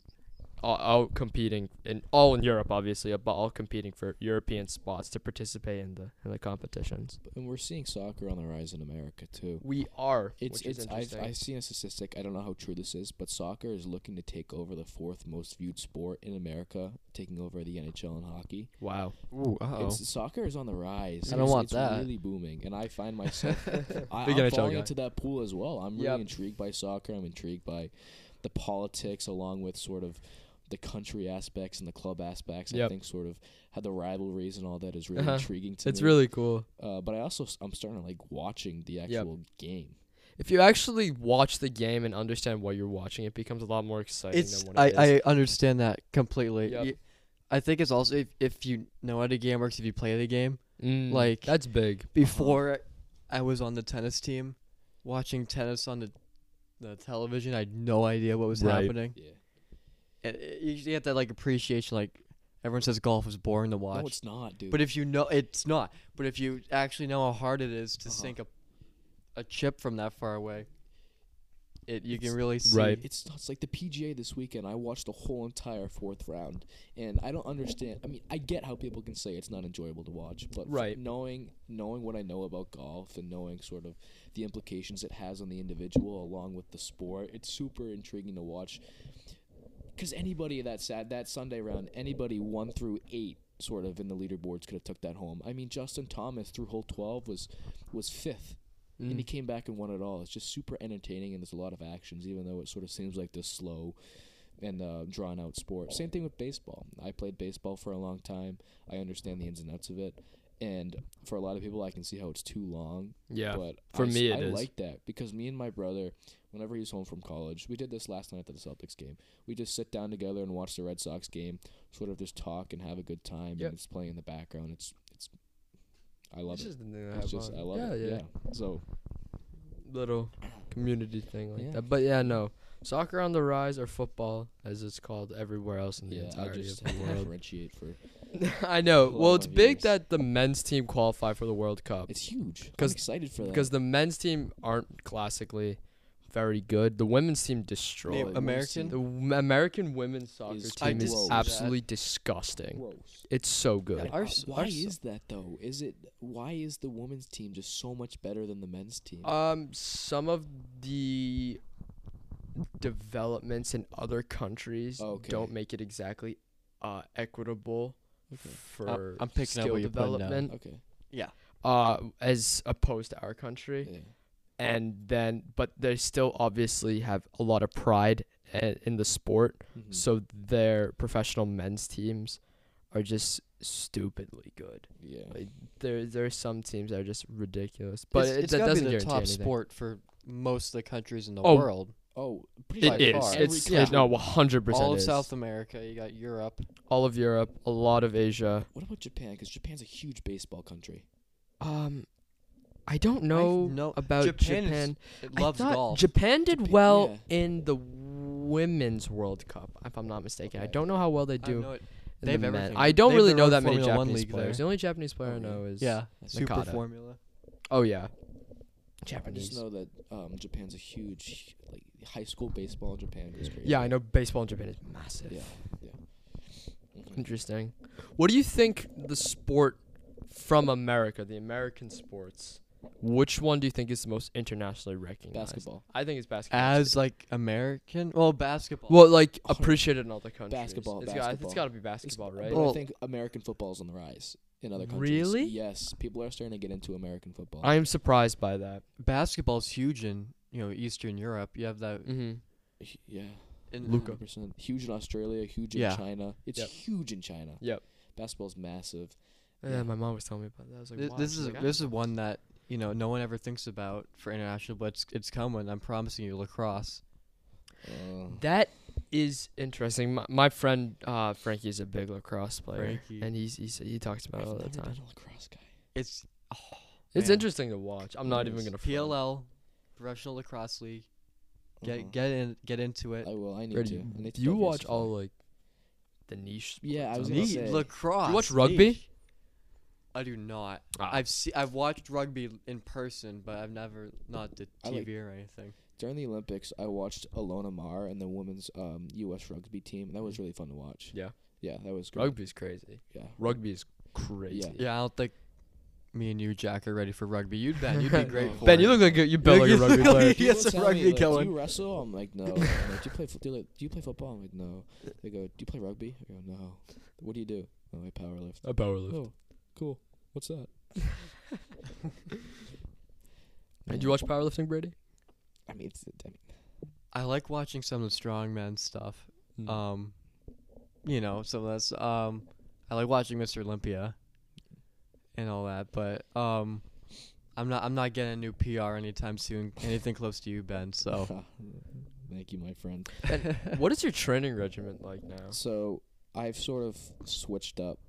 Speaker 2: all out competing in all in Europe, obviously, but all competing for European spots to participate in the in the competitions.
Speaker 1: And we're seeing soccer on the rise in America too.
Speaker 2: We are.
Speaker 1: It's
Speaker 2: which is
Speaker 1: it's I've
Speaker 2: interesting.
Speaker 1: I've seen a statistic. I don't know how true this is, but soccer is looking to take over the fourth most viewed sport in America, taking over the NHL and hockey.
Speaker 2: wow.
Speaker 3: Ooh, uh-oh.
Speaker 1: It's soccer is on the rise.
Speaker 3: I don't
Speaker 1: It's-
Speaker 3: want
Speaker 1: it's
Speaker 3: that.
Speaker 1: Really booming, and I find myself I,
Speaker 2: Big
Speaker 1: I'm
Speaker 2: NHL
Speaker 1: falling
Speaker 2: guy.
Speaker 1: into that pool as well. I'm really
Speaker 2: Yep.
Speaker 1: intrigued by soccer. I'm intrigued by the politics, along with sort of the country aspects and the club aspects. I
Speaker 2: Yep.
Speaker 1: think sort of how the rivalries and all that is really
Speaker 2: Uh-huh.
Speaker 1: intriguing to
Speaker 2: It's
Speaker 1: me.
Speaker 2: really cool.
Speaker 1: uh, but I also s- I'm starting to like watching the actual game.
Speaker 2: If you actually watch the game and understand why you're watching, it becomes a lot more exciting
Speaker 3: It's.
Speaker 2: than what
Speaker 3: I,
Speaker 2: it is.
Speaker 3: I understand that completely.
Speaker 2: Yep.
Speaker 3: Y- I think it's also if, if you know how the game works, if you play the game.
Speaker 2: Mm,
Speaker 3: like-
Speaker 2: that's big.
Speaker 3: Before I was on the tennis team, watching tennis on the the television, I had no idea what was
Speaker 2: Right.
Speaker 3: happening.
Speaker 1: Yeah.
Speaker 3: And you usually have that like appreciation. Like everyone says, golf is boring to watch.
Speaker 1: No, it's not, dude.
Speaker 3: But if you know, it's not. But if you actually know how hard it is to
Speaker 1: Uh-huh.
Speaker 3: sink a, a chip from that far away, it you
Speaker 1: It's-
Speaker 3: can really see.
Speaker 2: Right.
Speaker 1: it's not. It's like the PGA this weekend. I watched the whole entire fourth round, and I don't understand. I mean, I get how people can say it's not enjoyable to watch, but f-
Speaker 2: Right.
Speaker 1: knowing knowing what I know about golf and knowing sort of the implications it has on the individual along with the sport, it's super intriguing to watch. Because anybody that sad that Sunday round, anybody one through eight sort of in the leaderboards could have took that home. I mean, Justin Thomas through hole twelve was was fifth and he
Speaker 2: Mm.
Speaker 1: came back and won it all. It's just super entertaining, and there's a lot of actions, even though it sort of seems like this slow and uh, drawn out sport. Same thing with baseball. I played baseball for a long time. I understand the ins and outs of it, and for a lot of people, I can see how it's too long.
Speaker 2: Yeah.
Speaker 1: But
Speaker 2: For
Speaker 1: I, s-
Speaker 2: me, it
Speaker 1: I
Speaker 2: is.
Speaker 1: like that because me and my brother, whenever he's home from college, we did this last night at the Celtics game. We just sit down together and watch the Red Sox game, sort of just talk and have a good time.
Speaker 2: Yep.
Speaker 1: And it's playing in the background. It's it's, I love
Speaker 2: It's
Speaker 1: it.
Speaker 2: just the thing I
Speaker 1: It's
Speaker 2: have
Speaker 1: just
Speaker 2: on.
Speaker 1: I love
Speaker 2: yeah,
Speaker 1: it.
Speaker 2: Yeah,
Speaker 1: So
Speaker 2: Little community thing like
Speaker 1: Yeah.
Speaker 2: that. But yeah, no. Soccer on the rise or football, as it's called everywhere else in the
Speaker 1: yeah, I
Speaker 2: entirety
Speaker 1: just
Speaker 2: of the world.
Speaker 1: differentiate for
Speaker 2: I know.
Speaker 1: A lot
Speaker 2: Well,
Speaker 1: of
Speaker 2: it's
Speaker 1: my
Speaker 2: big
Speaker 1: viewers.
Speaker 2: that the men's team qualify for the World Cup
Speaker 1: it's huge. I'm
Speaker 2: 'Cause-
Speaker 1: excited for that.
Speaker 2: because the men's team aren't classically very good. The women's team
Speaker 1: Name-
Speaker 2: destroyed.
Speaker 1: I've
Speaker 3: American.
Speaker 2: The w- American women's soccer
Speaker 1: Is
Speaker 2: team is
Speaker 1: gross.
Speaker 2: absolutely disgusting.
Speaker 1: gross.
Speaker 2: It's so good.
Speaker 3: Our s-
Speaker 1: uh, why
Speaker 3: our s-
Speaker 1: is that though? Is it why is the women's team just so much better than the men's team?
Speaker 2: Um, some of the developments in other countries
Speaker 1: Okay.
Speaker 2: don't make it exactly uh, equitable for
Speaker 3: I'm picking up
Speaker 2: skill
Speaker 3: what you're putting down.
Speaker 2: development.
Speaker 1: okay.
Speaker 2: Uh, as opposed to our country.
Speaker 1: Yeah.
Speaker 2: and then but they still obviously have a lot of pride i- in the sport
Speaker 3: Hmm.
Speaker 1: Mhm.
Speaker 2: so their professional men's teams are just stupidly good
Speaker 1: yeah.
Speaker 2: like, there there are some teams that are just ridiculous but it, that
Speaker 3: gotta
Speaker 2: doesn't
Speaker 3: be the
Speaker 2: guarantee
Speaker 3: top
Speaker 2: anything.
Speaker 3: sport for most of the countries in the
Speaker 2: Oh,
Speaker 3: world.
Speaker 1: Oh, pretty
Speaker 2: it
Speaker 3: by
Speaker 2: is
Speaker 3: far.
Speaker 2: it's
Speaker 1: Every
Speaker 2: yeah,
Speaker 1: country.
Speaker 2: no 100%
Speaker 3: All of
Speaker 2: is.
Speaker 3: South America, you got Europe.
Speaker 2: all of Europe a lot of Asia
Speaker 1: What about Japan? Because Japan's a huge baseball country.
Speaker 2: um I don't know
Speaker 3: no-
Speaker 2: about
Speaker 3: Japan
Speaker 2: Japan,
Speaker 3: is- It loves
Speaker 2: I thought
Speaker 3: golf.
Speaker 2: Japan did
Speaker 1: Japan-
Speaker 2: well
Speaker 1: yeah.
Speaker 2: in the Women's World Cup, if I'm not mistaken. I
Speaker 1: Okay.
Speaker 2: don't know how well they do.
Speaker 3: I know it.
Speaker 2: in
Speaker 3: They
Speaker 2: the
Speaker 3: have
Speaker 2: men.
Speaker 3: everything.
Speaker 2: I don't
Speaker 3: They have
Speaker 2: really
Speaker 3: their
Speaker 2: know
Speaker 3: own
Speaker 2: that many
Speaker 3: Formula One
Speaker 2: Japanese
Speaker 3: league
Speaker 2: players. The
Speaker 3: there.
Speaker 2: only Japanese player I
Speaker 1: Oh,
Speaker 2: know is
Speaker 3: Yeah, Super
Speaker 2: Nakata.
Speaker 3: Formula.
Speaker 2: Oh yeah,
Speaker 1: I just
Speaker 2: Japanese.
Speaker 1: know that um, Japan's a huge like high school baseball in Japan is crazy.
Speaker 2: Yeah, I know baseball in Japan is massive.
Speaker 1: Yeah, yeah. Mhm.
Speaker 2: Interesting. What do you think the sport from America, the American sports, which one do you think is the most internationally recognized?
Speaker 1: Basketball.
Speaker 2: I think it's basketball.
Speaker 3: As like American, well, basketball.
Speaker 2: well, like appreciated in other countries.
Speaker 1: Basketball,
Speaker 2: It's got, it's
Speaker 1: basketball.
Speaker 2: got to be
Speaker 1: It's-
Speaker 2: basketball, right?
Speaker 1: But
Speaker 3: Well-
Speaker 1: I think American football's on the rise in other countries.
Speaker 2: Really?
Speaker 1: Yes, people are starting to get into American football.
Speaker 2: I am surprised by that.
Speaker 3: basketball's huge in you know Eastern Europe. You have that.
Speaker 2: Mm-hmm.
Speaker 1: H- yeah,
Speaker 3: In,
Speaker 2: Luka.
Speaker 1: 100%. Huge in Australia, huge in
Speaker 3: Yeah.
Speaker 1: China. It's
Speaker 2: Yep.
Speaker 1: huge in China.
Speaker 2: Yep.
Speaker 1: Basketball's massive.
Speaker 2: Yeah,
Speaker 1: Yeah.
Speaker 2: my mom was telling me about that. I was like,
Speaker 3: Th-
Speaker 2: wow.
Speaker 3: this
Speaker 2: She's
Speaker 3: is
Speaker 2: like, "Ah." I
Speaker 3: this is one that you know no one ever thinks about for international, but it's, it's coming. I'm promising you, lacrosse.
Speaker 1: Uh,
Speaker 2: That is interesting. My, my friend uh, Frankie is a big lacrosse player,
Speaker 3: Frankie.
Speaker 2: and he's, he's he talks about
Speaker 1: I've
Speaker 2: it all the
Speaker 1: never
Speaker 2: time.
Speaker 1: been a lacrosse guy.
Speaker 3: It's
Speaker 2: It's
Speaker 3: man.
Speaker 2: interesting to watch. I'm not
Speaker 1: It
Speaker 2: even
Speaker 1: is.
Speaker 2: gonna front.
Speaker 3: PLL, Professional Lacrosse League. Get
Speaker 1: Uh-huh.
Speaker 3: get in, get into it.
Speaker 1: I will. I need
Speaker 2: Brady,
Speaker 1: to. I need to
Speaker 2: you watch
Speaker 1: diversify.
Speaker 2: all like the niche.
Speaker 1: Yeah,
Speaker 2: sports
Speaker 1: I was
Speaker 2: on
Speaker 1: gonna
Speaker 2: this?
Speaker 1: say-
Speaker 3: lacrosse.
Speaker 2: You watch rugby?
Speaker 3: league. I do not.
Speaker 2: Ah.
Speaker 3: I've see, I've watched rugby in person, but I've never not the
Speaker 1: I
Speaker 3: TV
Speaker 1: like-
Speaker 3: or anything.
Speaker 1: During the Olympics, I watched Alona Mar and the women's um, U.S. rugby team, and that was really fun to watch.
Speaker 2: Mm. Yeah.
Speaker 1: Yeah, that was good.
Speaker 2: Rugby's crazy.
Speaker 1: Yeah.
Speaker 2: Rugby is crazy.
Speaker 3: Yeah, I don't think me and you, Jack, are ready for rugby. You'd Ben, you'd be great
Speaker 1: No.
Speaker 3: for
Speaker 2: Ben,
Speaker 3: it.
Speaker 2: you look like a, you built like a rugby player.
Speaker 3: He has
Speaker 1: People
Speaker 3: some
Speaker 1: tell
Speaker 3: rugby
Speaker 1: me, like,
Speaker 3: going.
Speaker 1: Do you wrestle? I'm like, no. I'm like, do you play? Fo- do, you, like- do you play football? I'm like, no. They go, do you play rugby? I go, no. What do you do? Oh, I power lift.
Speaker 2: A power lift.
Speaker 1: Oh, cool. What's that?
Speaker 2: Did you watch powerlifting, Brady?
Speaker 1: I mean, it's, I mean,
Speaker 3: I like watching some of the strongman stuff.
Speaker 2: Mm.
Speaker 3: Um, you know, so that's um, I like watching Mr. Olympia and all that, but um, I'm not I'm not getting a new PR anytime soon. Anything close to you, Ben? So
Speaker 2: Oh.
Speaker 1: thank you, my friend.
Speaker 2: what is your training regimen like now?
Speaker 1: So I've sort of switched up.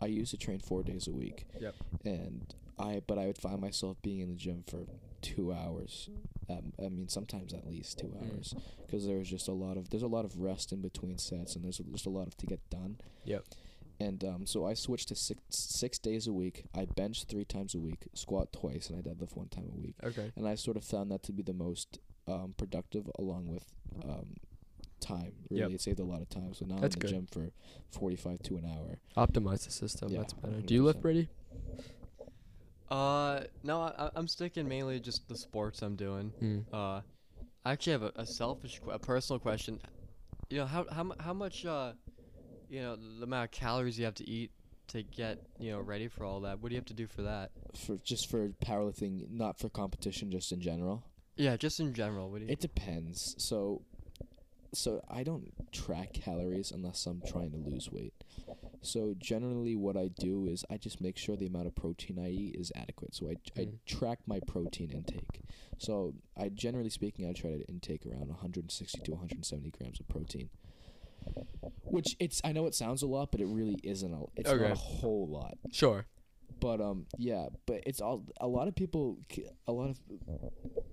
Speaker 1: I used to train four days a week.
Speaker 2: Yep.
Speaker 1: And I, but I would find myself being in the gym for two hours. Um, I mean, sometimes at least two
Speaker 2: Mm.
Speaker 1: hours, because there was just a lot of there's a lot of rest in between sets, and there's just a lot of to get done.
Speaker 2: Yep.
Speaker 1: And um, so I switched to six six days a week. I bench three times a week, squat twice, and I deadlift one time a week
Speaker 2: Okay.
Speaker 1: and I sort of found that to be the most um, productive, along with um, time. Really,
Speaker 2: Yep.
Speaker 1: it saved a lot of time. So now
Speaker 2: That's
Speaker 1: I'm in the
Speaker 2: good.
Speaker 1: gym for forty-five to an hour.
Speaker 2: Optimize the system.
Speaker 1: Yeah,
Speaker 2: That's better. Do you lift,
Speaker 1: 100%.
Speaker 2: Brady?
Speaker 3: uh, no, I, I- I'm sticking mainly just the sports I'm doing.
Speaker 2: Mm.
Speaker 3: Uh, I actually have a, a selfish, que- a personal question. You know how how mu- how much uh, you know the amount of calories you have to eat to get you know ready for all that. What do you have to do for that?
Speaker 1: For just for powerlifting, not for competition, just in general.
Speaker 3: Yeah, just in general. What do you?
Speaker 1: It depends. So so I don't track calories unless I'm trying to lose weight. So generally, what I do is I just make sure the amount of protein I eat is adequate. So I I
Speaker 2: Mm.
Speaker 1: track my protein intake. So I generally speaking, I try to intake around 160 to 170 grams of protein. Which it's I know it sounds a lot, but it really isn't a it's not
Speaker 2: Okay.
Speaker 1: a whole lot
Speaker 2: Sure.
Speaker 1: but um yeah but it's all a lot of people c- a lot of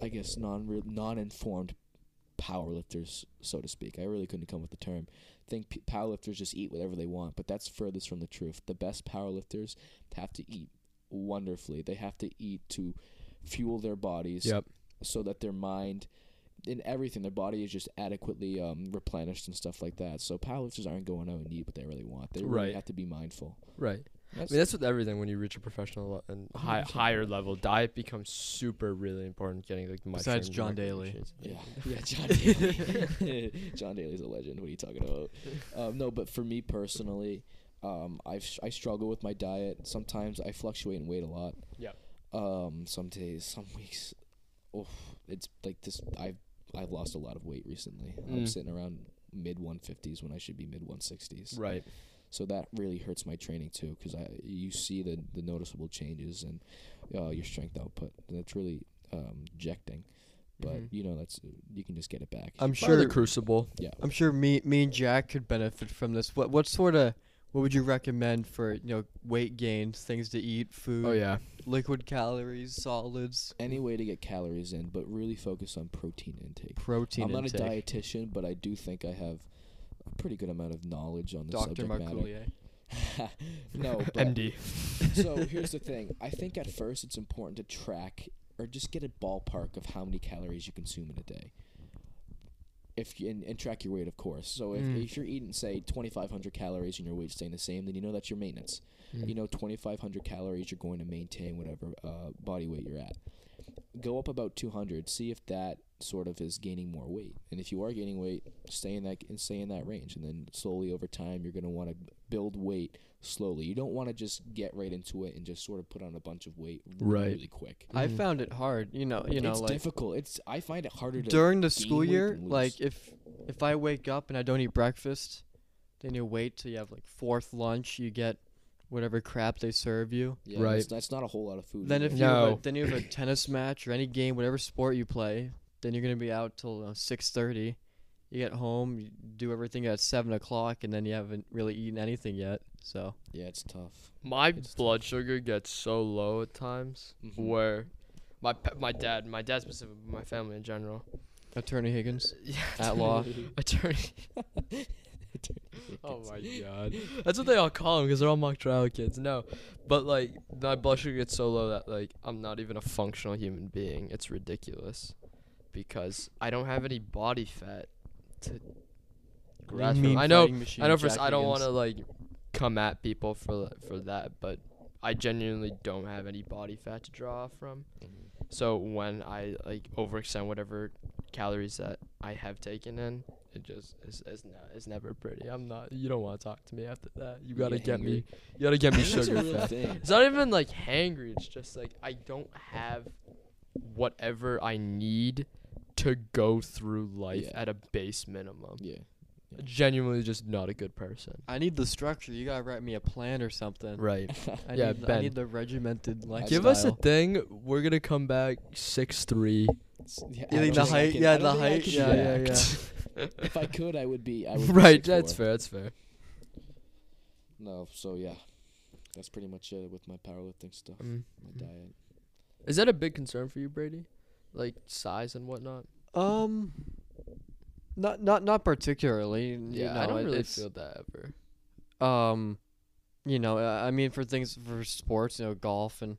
Speaker 1: i guess non non-informed powerlifters so to speak i really couldn't come up with the term think p- powerlifters just eat whatever they want but that's furthest from the truth the best powerlifters have to eat wonderfully they have to eat to fuel their bodies
Speaker 2: Yep.
Speaker 1: so that their mind in everything their body is just adequately um, replenished and stuff like that so powerlifters aren't going out and eat what they really want they really
Speaker 2: Right.
Speaker 1: have to be mindful
Speaker 2: Right. I
Speaker 1: That's-
Speaker 2: mean, that's with everything. When you reach a professional le- and high,
Speaker 1: 100%.
Speaker 2: higher level, diet becomes super really important. Getting like the
Speaker 3: Besides
Speaker 2: mushroom
Speaker 3: John
Speaker 2: recommend-
Speaker 3: Daly.
Speaker 1: Yeah,
Speaker 2: shits.
Speaker 1: yeah, John Daly. John Daly's a legend. What are you talking about? Um, no, but for me personally, um, I've I struggle with my diet. Sometimes I fluctuate in weight a lot.
Speaker 2: Yep.
Speaker 1: Um, some days, some weeks, oh, it's like this. I've I've lost a lot of weight recently. I'm
Speaker 2: Mm.
Speaker 1: sitting around mid 150s when I should be mid 160s.
Speaker 2: Right.
Speaker 1: So that really hurts my training too, because I you see the the noticeable changes and uh, your strength output. That's really um, ejecting. But
Speaker 3: Mhm.
Speaker 1: you know that's you can just get it back.
Speaker 3: I'm
Speaker 2: Sure. The
Speaker 3: sure.
Speaker 2: crucible.
Speaker 1: yeah.
Speaker 3: I'm sure me, me and Jack could benefit from this. What, what sort of, what would you recommend for you know weight gains, things to eat, food,
Speaker 2: Oh yeah.
Speaker 3: liquid calories, solids,
Speaker 1: Any way to get calories in, but really focus on protein intake.
Speaker 3: protein
Speaker 1: I'm not
Speaker 3: intake?
Speaker 1: a dietitian, but I do think I have a pretty good amount of knowledge on the
Speaker 3: Doctor
Speaker 1: subject
Speaker 3: Marcoulier.
Speaker 1: matter. no, but
Speaker 2: MD.
Speaker 1: so here's the thing. I think at first it's important to track or just get a ballpark of how many calories you consume in a day. If you, and, and track your weight, of course. So if,
Speaker 3: Mm.
Speaker 1: if you're eating, say, 2,500 calories and your weight's staying the same, then you know that's your maintenance. You know, 2,500 calories you're going to maintain whatever uh, body weight you're at. Go up about 200. See if that sort of is gaining more weight. And if you are gaining weight, stay in that and stay in that range. And then slowly over time, you're going to want to build weight slowly. You don't want to just get right into it and just sort of put on a bunch of weight really,
Speaker 2: Right.
Speaker 1: really quick.
Speaker 3: I
Speaker 2: Mhm.
Speaker 3: found it hard. You know, you know,
Speaker 1: it's
Speaker 3: like
Speaker 1: difficult. It's I find it harder to
Speaker 3: during the
Speaker 1: gain
Speaker 3: school
Speaker 1: weight
Speaker 3: year,
Speaker 1: than lose.
Speaker 3: like if if I wake up and I don't eat breakfast, then you wait till you have like fourth lunch. You get whatever crap they serve you.
Speaker 1: yeah,
Speaker 2: Right.
Speaker 1: That's, that's not a whole lot of food.
Speaker 3: Then
Speaker 1: either.
Speaker 3: if you have a,
Speaker 2: No.
Speaker 3: then you have a tennis match or any game, whatever sport you play, then you're gonna be out till uh, six thirty. You get home, you do everything at seven o'clock, and then you haven't really eaten anything yet. So
Speaker 1: yeah, it's tough.
Speaker 2: My
Speaker 1: It's tough.
Speaker 2: blood sugar gets so low at times
Speaker 1: Mhm.
Speaker 2: where my pa- my dad, my dad specifically, my family in general.
Speaker 3: Attorney Higgins,
Speaker 2: Yeah.
Speaker 3: at law.
Speaker 2: Attorney. Oh my god. That's what they all call them because they're all mock trial kids. No, but like my blood sugar gets so low that like I'm not even a functional human being. It's ridiculous because I don't have any body fat to grasp.
Speaker 3: Mean
Speaker 2: from. I know.
Speaker 3: fighting machine
Speaker 2: I know. For s-
Speaker 3: Jack
Speaker 2: I don't
Speaker 3: Higgins.
Speaker 2: want to like come at people for th- for that, but I genuinely don't have any body fat to draw off from.
Speaker 1: Mm-hmm.
Speaker 2: So when I like overextend whatever calories that I have taken in, it just is is, not, is never pretty. I'm not. You don't want to talk to me after that. You gotta
Speaker 1: get
Speaker 2: get me. You gotta get me
Speaker 1: That's a
Speaker 2: sugar
Speaker 1: real
Speaker 2: fat.
Speaker 1: thing.
Speaker 2: It's not even like hangry. It's just like I don't have whatever I need to go through life
Speaker 1: Yeah.
Speaker 2: at a base minimum.
Speaker 1: Yeah. Yeah.
Speaker 2: Genuinely, just not a good person.
Speaker 3: I need the structure. You gotta write me a plan or something.
Speaker 2: Right.
Speaker 3: I
Speaker 2: Yeah,
Speaker 3: need, I
Speaker 2: Ben.
Speaker 3: need the regimented lifestyle.
Speaker 2: Give us a thing. We're gonna come back six three.
Speaker 1: S- Yeah,
Speaker 3: You
Speaker 1: I
Speaker 3: think
Speaker 1: don't
Speaker 3: the
Speaker 1: I
Speaker 3: height-
Speaker 1: can-
Speaker 3: yeah,
Speaker 1: I don't
Speaker 3: the
Speaker 1: think I
Speaker 3: height,
Speaker 1: can
Speaker 3: yeah,
Speaker 1: do
Speaker 3: yeah,
Speaker 1: that. if I could, I would be. I would be
Speaker 2: right.
Speaker 1: 6'4".
Speaker 2: That's fair. That's fair.
Speaker 1: No, so yeah, that's pretty much it with my powerlifting stuff,
Speaker 2: Mm.
Speaker 1: my diet.
Speaker 2: Is that a big concern for you, Brady? Like size and whatnot.
Speaker 3: Um, not not not particularly. you
Speaker 2: I
Speaker 3: know,
Speaker 2: don't
Speaker 3: it-
Speaker 2: really
Speaker 3: it's-
Speaker 2: feel that ever.
Speaker 3: Um, you know, uh, I mean, for things for sports, you know, golf and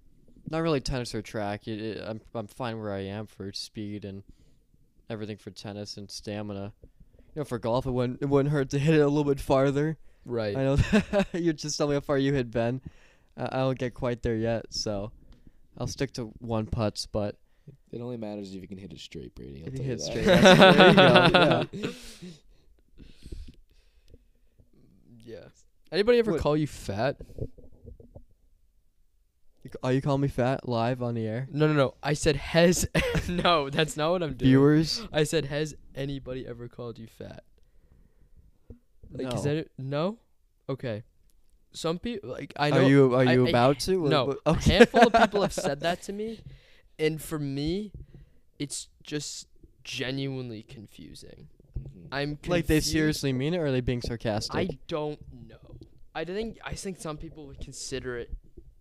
Speaker 3: not really tennis or track. It, it, I'm I'm fine where I am for speed and everything for tennis and stamina. You know, for golf, it wouldn't it wouldn't hurt to hit it a little bit farther.
Speaker 2: Right.
Speaker 3: I know that you just tell me how far you hit, Ben. I, I don't get quite there yet, so I'll stick to one putts, but.
Speaker 1: It only matters if you can hit it straight, Brady. I'll
Speaker 3: If you
Speaker 1: tell
Speaker 3: hit it
Speaker 1: that.
Speaker 3: straight, that's-
Speaker 2: there yeah. Anybody ever
Speaker 3: What-
Speaker 2: call you fat?
Speaker 3: You ca- Are you calling me fat live on the air?
Speaker 2: No, no, no. I said has. no, that's not what I'm doing.
Speaker 3: Viewers,
Speaker 2: I said has anybody ever called you fat? Like,
Speaker 3: no.
Speaker 2: is that it? No. Okay. Some people like I know.
Speaker 3: are you are
Speaker 2: I-
Speaker 3: you
Speaker 2: I-
Speaker 3: about to? What-
Speaker 2: No,
Speaker 3: what-
Speaker 2: a
Speaker 3: okay.
Speaker 2: handful of people have said that to me, and for me, it's just genuinely confusing.
Speaker 1: Mm-hmm.
Speaker 2: I'm confused.
Speaker 3: like they seriously mean it, or are they being sarcastic?
Speaker 2: I don't know. I think I think some people would consider it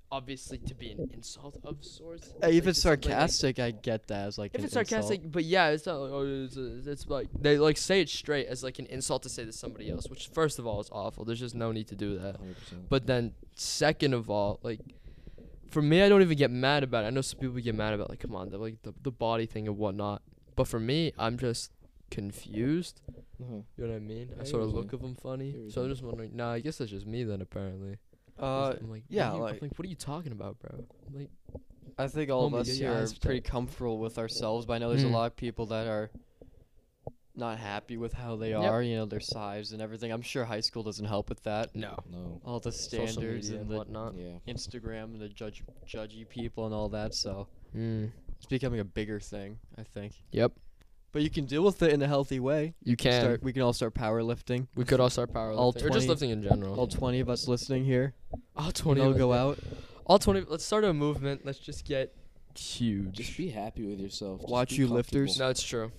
Speaker 2: obviously to be an insult of sorts.
Speaker 3: Uh, if
Speaker 2: like,
Speaker 3: it's
Speaker 2: to something like-
Speaker 3: sarcastic, I get that as like
Speaker 2: if
Speaker 3: an
Speaker 2: it's
Speaker 3: insult.
Speaker 2: sarcastic, but yeah, it's not like oh, it's, uh, it's like they like say it straight as like an insult to say to somebody else, which first of all is awful. There's just no need to do that.
Speaker 1: 100%.
Speaker 2: But then, second of all, like, for me, I don't even get mad about it. I know some people get mad about, like, come on, the, like the, the body thing and whatnot. But for me, I'm just confused.
Speaker 1: Uh-huh.
Speaker 2: You know what I mean? I
Speaker 1: I
Speaker 2: sort of
Speaker 1: hear
Speaker 2: look
Speaker 1: you.
Speaker 2: of them funny.
Speaker 1: Hear you.
Speaker 2: So I'm just wondering. Nah, I guess that's just me then. Apparently. 'Cause
Speaker 3: uh,
Speaker 2: I'm like, what
Speaker 3: yeah,
Speaker 2: are you- I'm
Speaker 3: like-
Speaker 2: what are you talking about, bro? I'm Like,
Speaker 3: I think all of
Speaker 2: Homie,
Speaker 3: us
Speaker 2: get your
Speaker 3: here are
Speaker 2: eyes checked.
Speaker 3: pretty comfortable with ourselves, but I know there's
Speaker 2: Mm.
Speaker 3: a lot of people that are not happy with how they
Speaker 2: Yep.
Speaker 3: are, you know, their size and everything. I'm sure high school doesn't help with that.
Speaker 2: no.
Speaker 1: No.
Speaker 3: All the
Speaker 2: Social
Speaker 3: standards
Speaker 2: media
Speaker 3: and
Speaker 2: and
Speaker 3: the
Speaker 2: whatnot.
Speaker 1: Yeah.
Speaker 3: Instagram and the judge judgy people and all that, so
Speaker 2: Mm.
Speaker 3: it's becoming a bigger thing, I think.
Speaker 2: Yep.
Speaker 3: But you can deal with it in a healthy way.
Speaker 2: You can.
Speaker 3: Start we can all start powerlifting.
Speaker 2: we could all start power
Speaker 3: All
Speaker 2: lifting, or just
Speaker 3: 20
Speaker 2: lifting in general.
Speaker 3: All twenty of us listening here.
Speaker 2: all
Speaker 3: We
Speaker 2: twenty.
Speaker 3: can all
Speaker 2: of us,
Speaker 3: go
Speaker 2: yeah.
Speaker 3: out,
Speaker 2: All twenty. Let's start a movement. Let's just get huge.
Speaker 1: Just be happy with yourself. Just
Speaker 3: Watch
Speaker 1: be
Speaker 3: you lifters.
Speaker 1: comfortable.
Speaker 2: no, it's true.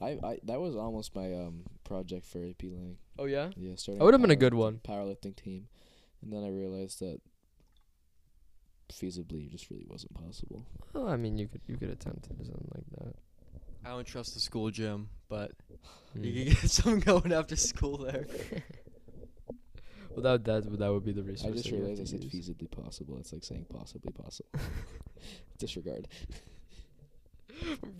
Speaker 1: I, I that was almost my um project for AP Lang.
Speaker 2: Oh yeah.
Speaker 1: Yeah, starting.
Speaker 2: That would have been a
Speaker 1: powerlifting-
Speaker 2: good one.
Speaker 1: Powerlifting team, and then I realized that feasibly it just really wasn't possible.
Speaker 2: Well, Oh, I mean, you could you could attempt to do something like that.
Speaker 3: I don't trust the school gym, but you
Speaker 2: Mm.
Speaker 3: can get some going after school there.
Speaker 2: Well, that that that would be the
Speaker 1: I
Speaker 2: resource.
Speaker 1: just
Speaker 2: that you have
Speaker 1: realized I
Speaker 2: to
Speaker 1: said
Speaker 2: use.
Speaker 1: feasibly possible. It's like saying possibly possible. Disregard.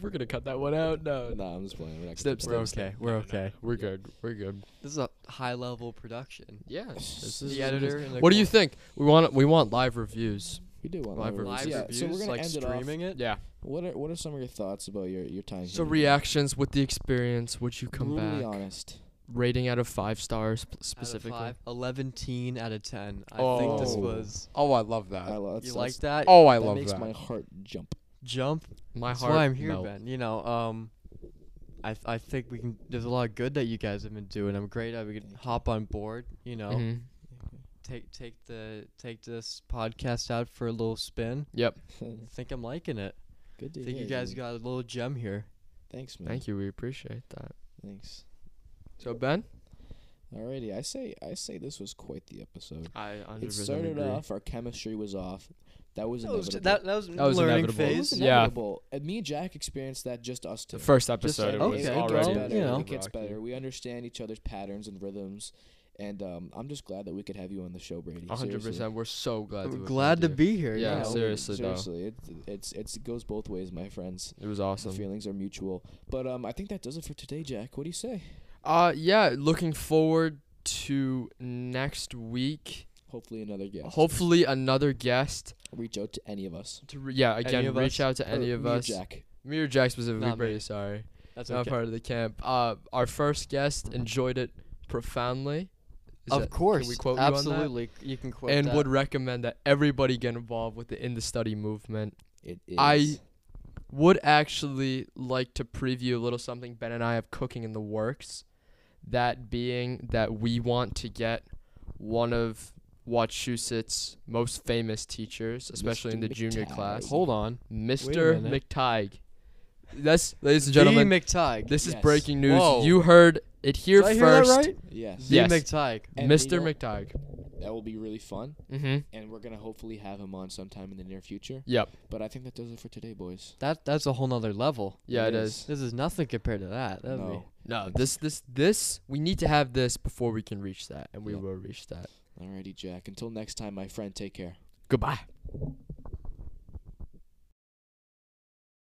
Speaker 2: We're gonna cut that one out. No,
Speaker 1: Nah, I'm just playing. We're not
Speaker 2: Snip,
Speaker 1: gonna
Speaker 2: snip,
Speaker 1: do
Speaker 3: okay. We're okay.
Speaker 2: we're good. We're good.
Speaker 3: This is a high level production.
Speaker 2: Yeah. This is
Speaker 3: the editor. And the
Speaker 2: What do you think? We want we want live reviews.
Speaker 1: that. We do want
Speaker 2: Live
Speaker 1: live
Speaker 2: reviews.
Speaker 1: reviews.
Speaker 3: Live
Speaker 1: Yeah,
Speaker 3: reviews,
Speaker 1: so we're gonna
Speaker 3: like
Speaker 1: end it off.
Speaker 3: streaming it.
Speaker 2: Yeah.
Speaker 1: What are what are some of your thoughts about your your time? here
Speaker 2: So
Speaker 1: today?
Speaker 2: reactions with the experience. Would you come
Speaker 1: Brutally
Speaker 2: back?
Speaker 1: honest.
Speaker 2: Rating out of five stars pl-
Speaker 3: Out of
Speaker 2: specifically.
Speaker 3: five, 11 teen out of 10. I think this
Speaker 1: Oh.
Speaker 3: was.
Speaker 4: Oh, I love that.
Speaker 1: I lo- that's-
Speaker 3: you like
Speaker 1: that's-
Speaker 3: that?
Speaker 4: oh, I
Speaker 1: that
Speaker 4: love
Speaker 1: makes
Speaker 4: that.
Speaker 1: my heart jump.
Speaker 3: Jump.
Speaker 2: My
Speaker 3: That's
Speaker 2: heart.
Speaker 3: why I'm here,
Speaker 2: melt.
Speaker 3: Ben. You know, um, I, th- I think we can. There's a lot of good that you guys have been doing. I'm great. that We can
Speaker 1: Thank you.
Speaker 3: hop on board. You know,
Speaker 2: Mhm.
Speaker 3: take take the take this podcast out for a little spin.
Speaker 2: Yep.
Speaker 3: I think I'm liking it.
Speaker 1: Good to
Speaker 3: I think
Speaker 1: hear,
Speaker 3: you guys
Speaker 1: dude.
Speaker 3: got a little gem here.
Speaker 1: Thanks, man.
Speaker 2: Thank you. We appreciate that.
Speaker 1: Thanks.
Speaker 2: So Ben,
Speaker 1: Alrighty, I say I say this was quite the episode.
Speaker 2: I
Speaker 1: It started off, our chemistry was off. That was
Speaker 3: That
Speaker 1: inevitable.
Speaker 3: was, that, that was,
Speaker 2: That was
Speaker 3: learning
Speaker 2: inevitable.
Speaker 1: it was
Speaker 3: phase.
Speaker 2: It Yeah.
Speaker 1: inevitable. And me and Jack experienced that just us two.
Speaker 2: The first
Speaker 3: like,
Speaker 2: episode. it was
Speaker 3: okay,
Speaker 1: it
Speaker 3: well,
Speaker 2: already.
Speaker 1: gets better.
Speaker 3: you know.
Speaker 1: It gets
Speaker 2: rocky.
Speaker 1: better. We understand each other's patterns and rhythms, and um, I'm just glad that we could have you on the show, Brady.
Speaker 2: A hundred
Speaker 1: Seriously.
Speaker 2: percent. We're so glad.
Speaker 3: I'm
Speaker 2: to have
Speaker 3: glad
Speaker 2: had
Speaker 3: to
Speaker 2: you.
Speaker 3: be here.
Speaker 2: Yeah,
Speaker 3: you know.
Speaker 1: we-
Speaker 2: seriously, though.
Speaker 1: seriously, it, it's it's it goes both ways, my friends.
Speaker 2: It was
Speaker 1: The
Speaker 2: awesome.
Speaker 1: feelings are mutual. But um, I think that does it for today, Jack. What do you say?
Speaker 2: Uh, yeah. Looking forward to next week.
Speaker 1: Hopefully, another guest.
Speaker 2: Hopefully, another guest.
Speaker 1: Reach out to any of us.
Speaker 2: To re- yeah, again,
Speaker 3: of
Speaker 2: reach
Speaker 3: us?
Speaker 2: out to any
Speaker 1: Or
Speaker 2: of
Speaker 1: me or
Speaker 2: us.
Speaker 1: Jack.
Speaker 2: Me or Jack specifically.
Speaker 3: Not me.
Speaker 2: Brady, sorry,
Speaker 3: That's
Speaker 2: not
Speaker 3: okay.
Speaker 2: part of the camp. Uh, our first guest enjoyed it profoundly. Is
Speaker 3: of
Speaker 2: that-
Speaker 3: course.
Speaker 2: can we quote you on that?
Speaker 3: Absolutely. c- You can quote
Speaker 2: and
Speaker 3: that.
Speaker 2: would recommend that everybody get involved with the in the study movement.
Speaker 1: It is.
Speaker 2: I- would actually like to preview a little something Ben and I have cooking in the works. That being that we want to get one of Wachusett's most famous teachers, especially in
Speaker 1: Mr.
Speaker 2: the junior
Speaker 1: McTighe.
Speaker 2: class,
Speaker 3: Hold on.
Speaker 2: Mr.
Speaker 3: minute.
Speaker 2: McTighe. That's, ladies and gentlemen,
Speaker 3: the McTighe.
Speaker 2: this is
Speaker 1: Yes.
Speaker 2: breaking news.
Speaker 3: Whoa.
Speaker 2: You heard it here
Speaker 3: Did I hear that
Speaker 2: first.
Speaker 3: right?
Speaker 1: yes.
Speaker 3: The
Speaker 2: Yes.
Speaker 3: McTighe.
Speaker 1: And
Speaker 2: Mr.
Speaker 1: you know-
Speaker 2: McTighe.
Speaker 1: That will be really fun,
Speaker 2: Mm-hmm.
Speaker 1: and we're gonna hopefully have him on sometime in the near future.
Speaker 2: Yep.
Speaker 1: But I think that does it for today, boys.
Speaker 3: That that's a whole nother level.
Speaker 2: Yeah,
Speaker 1: It
Speaker 2: it
Speaker 1: is.
Speaker 2: is.
Speaker 3: This is nothing compared to that. That'd
Speaker 1: no.
Speaker 2: No, this, this, this, we need to have this before we can reach that, and we
Speaker 1: Yep.
Speaker 2: will reach that.
Speaker 1: Alrighty, Jack. Until next time, my friend. Take care.
Speaker 2: Goodbye.
Speaker 3: be.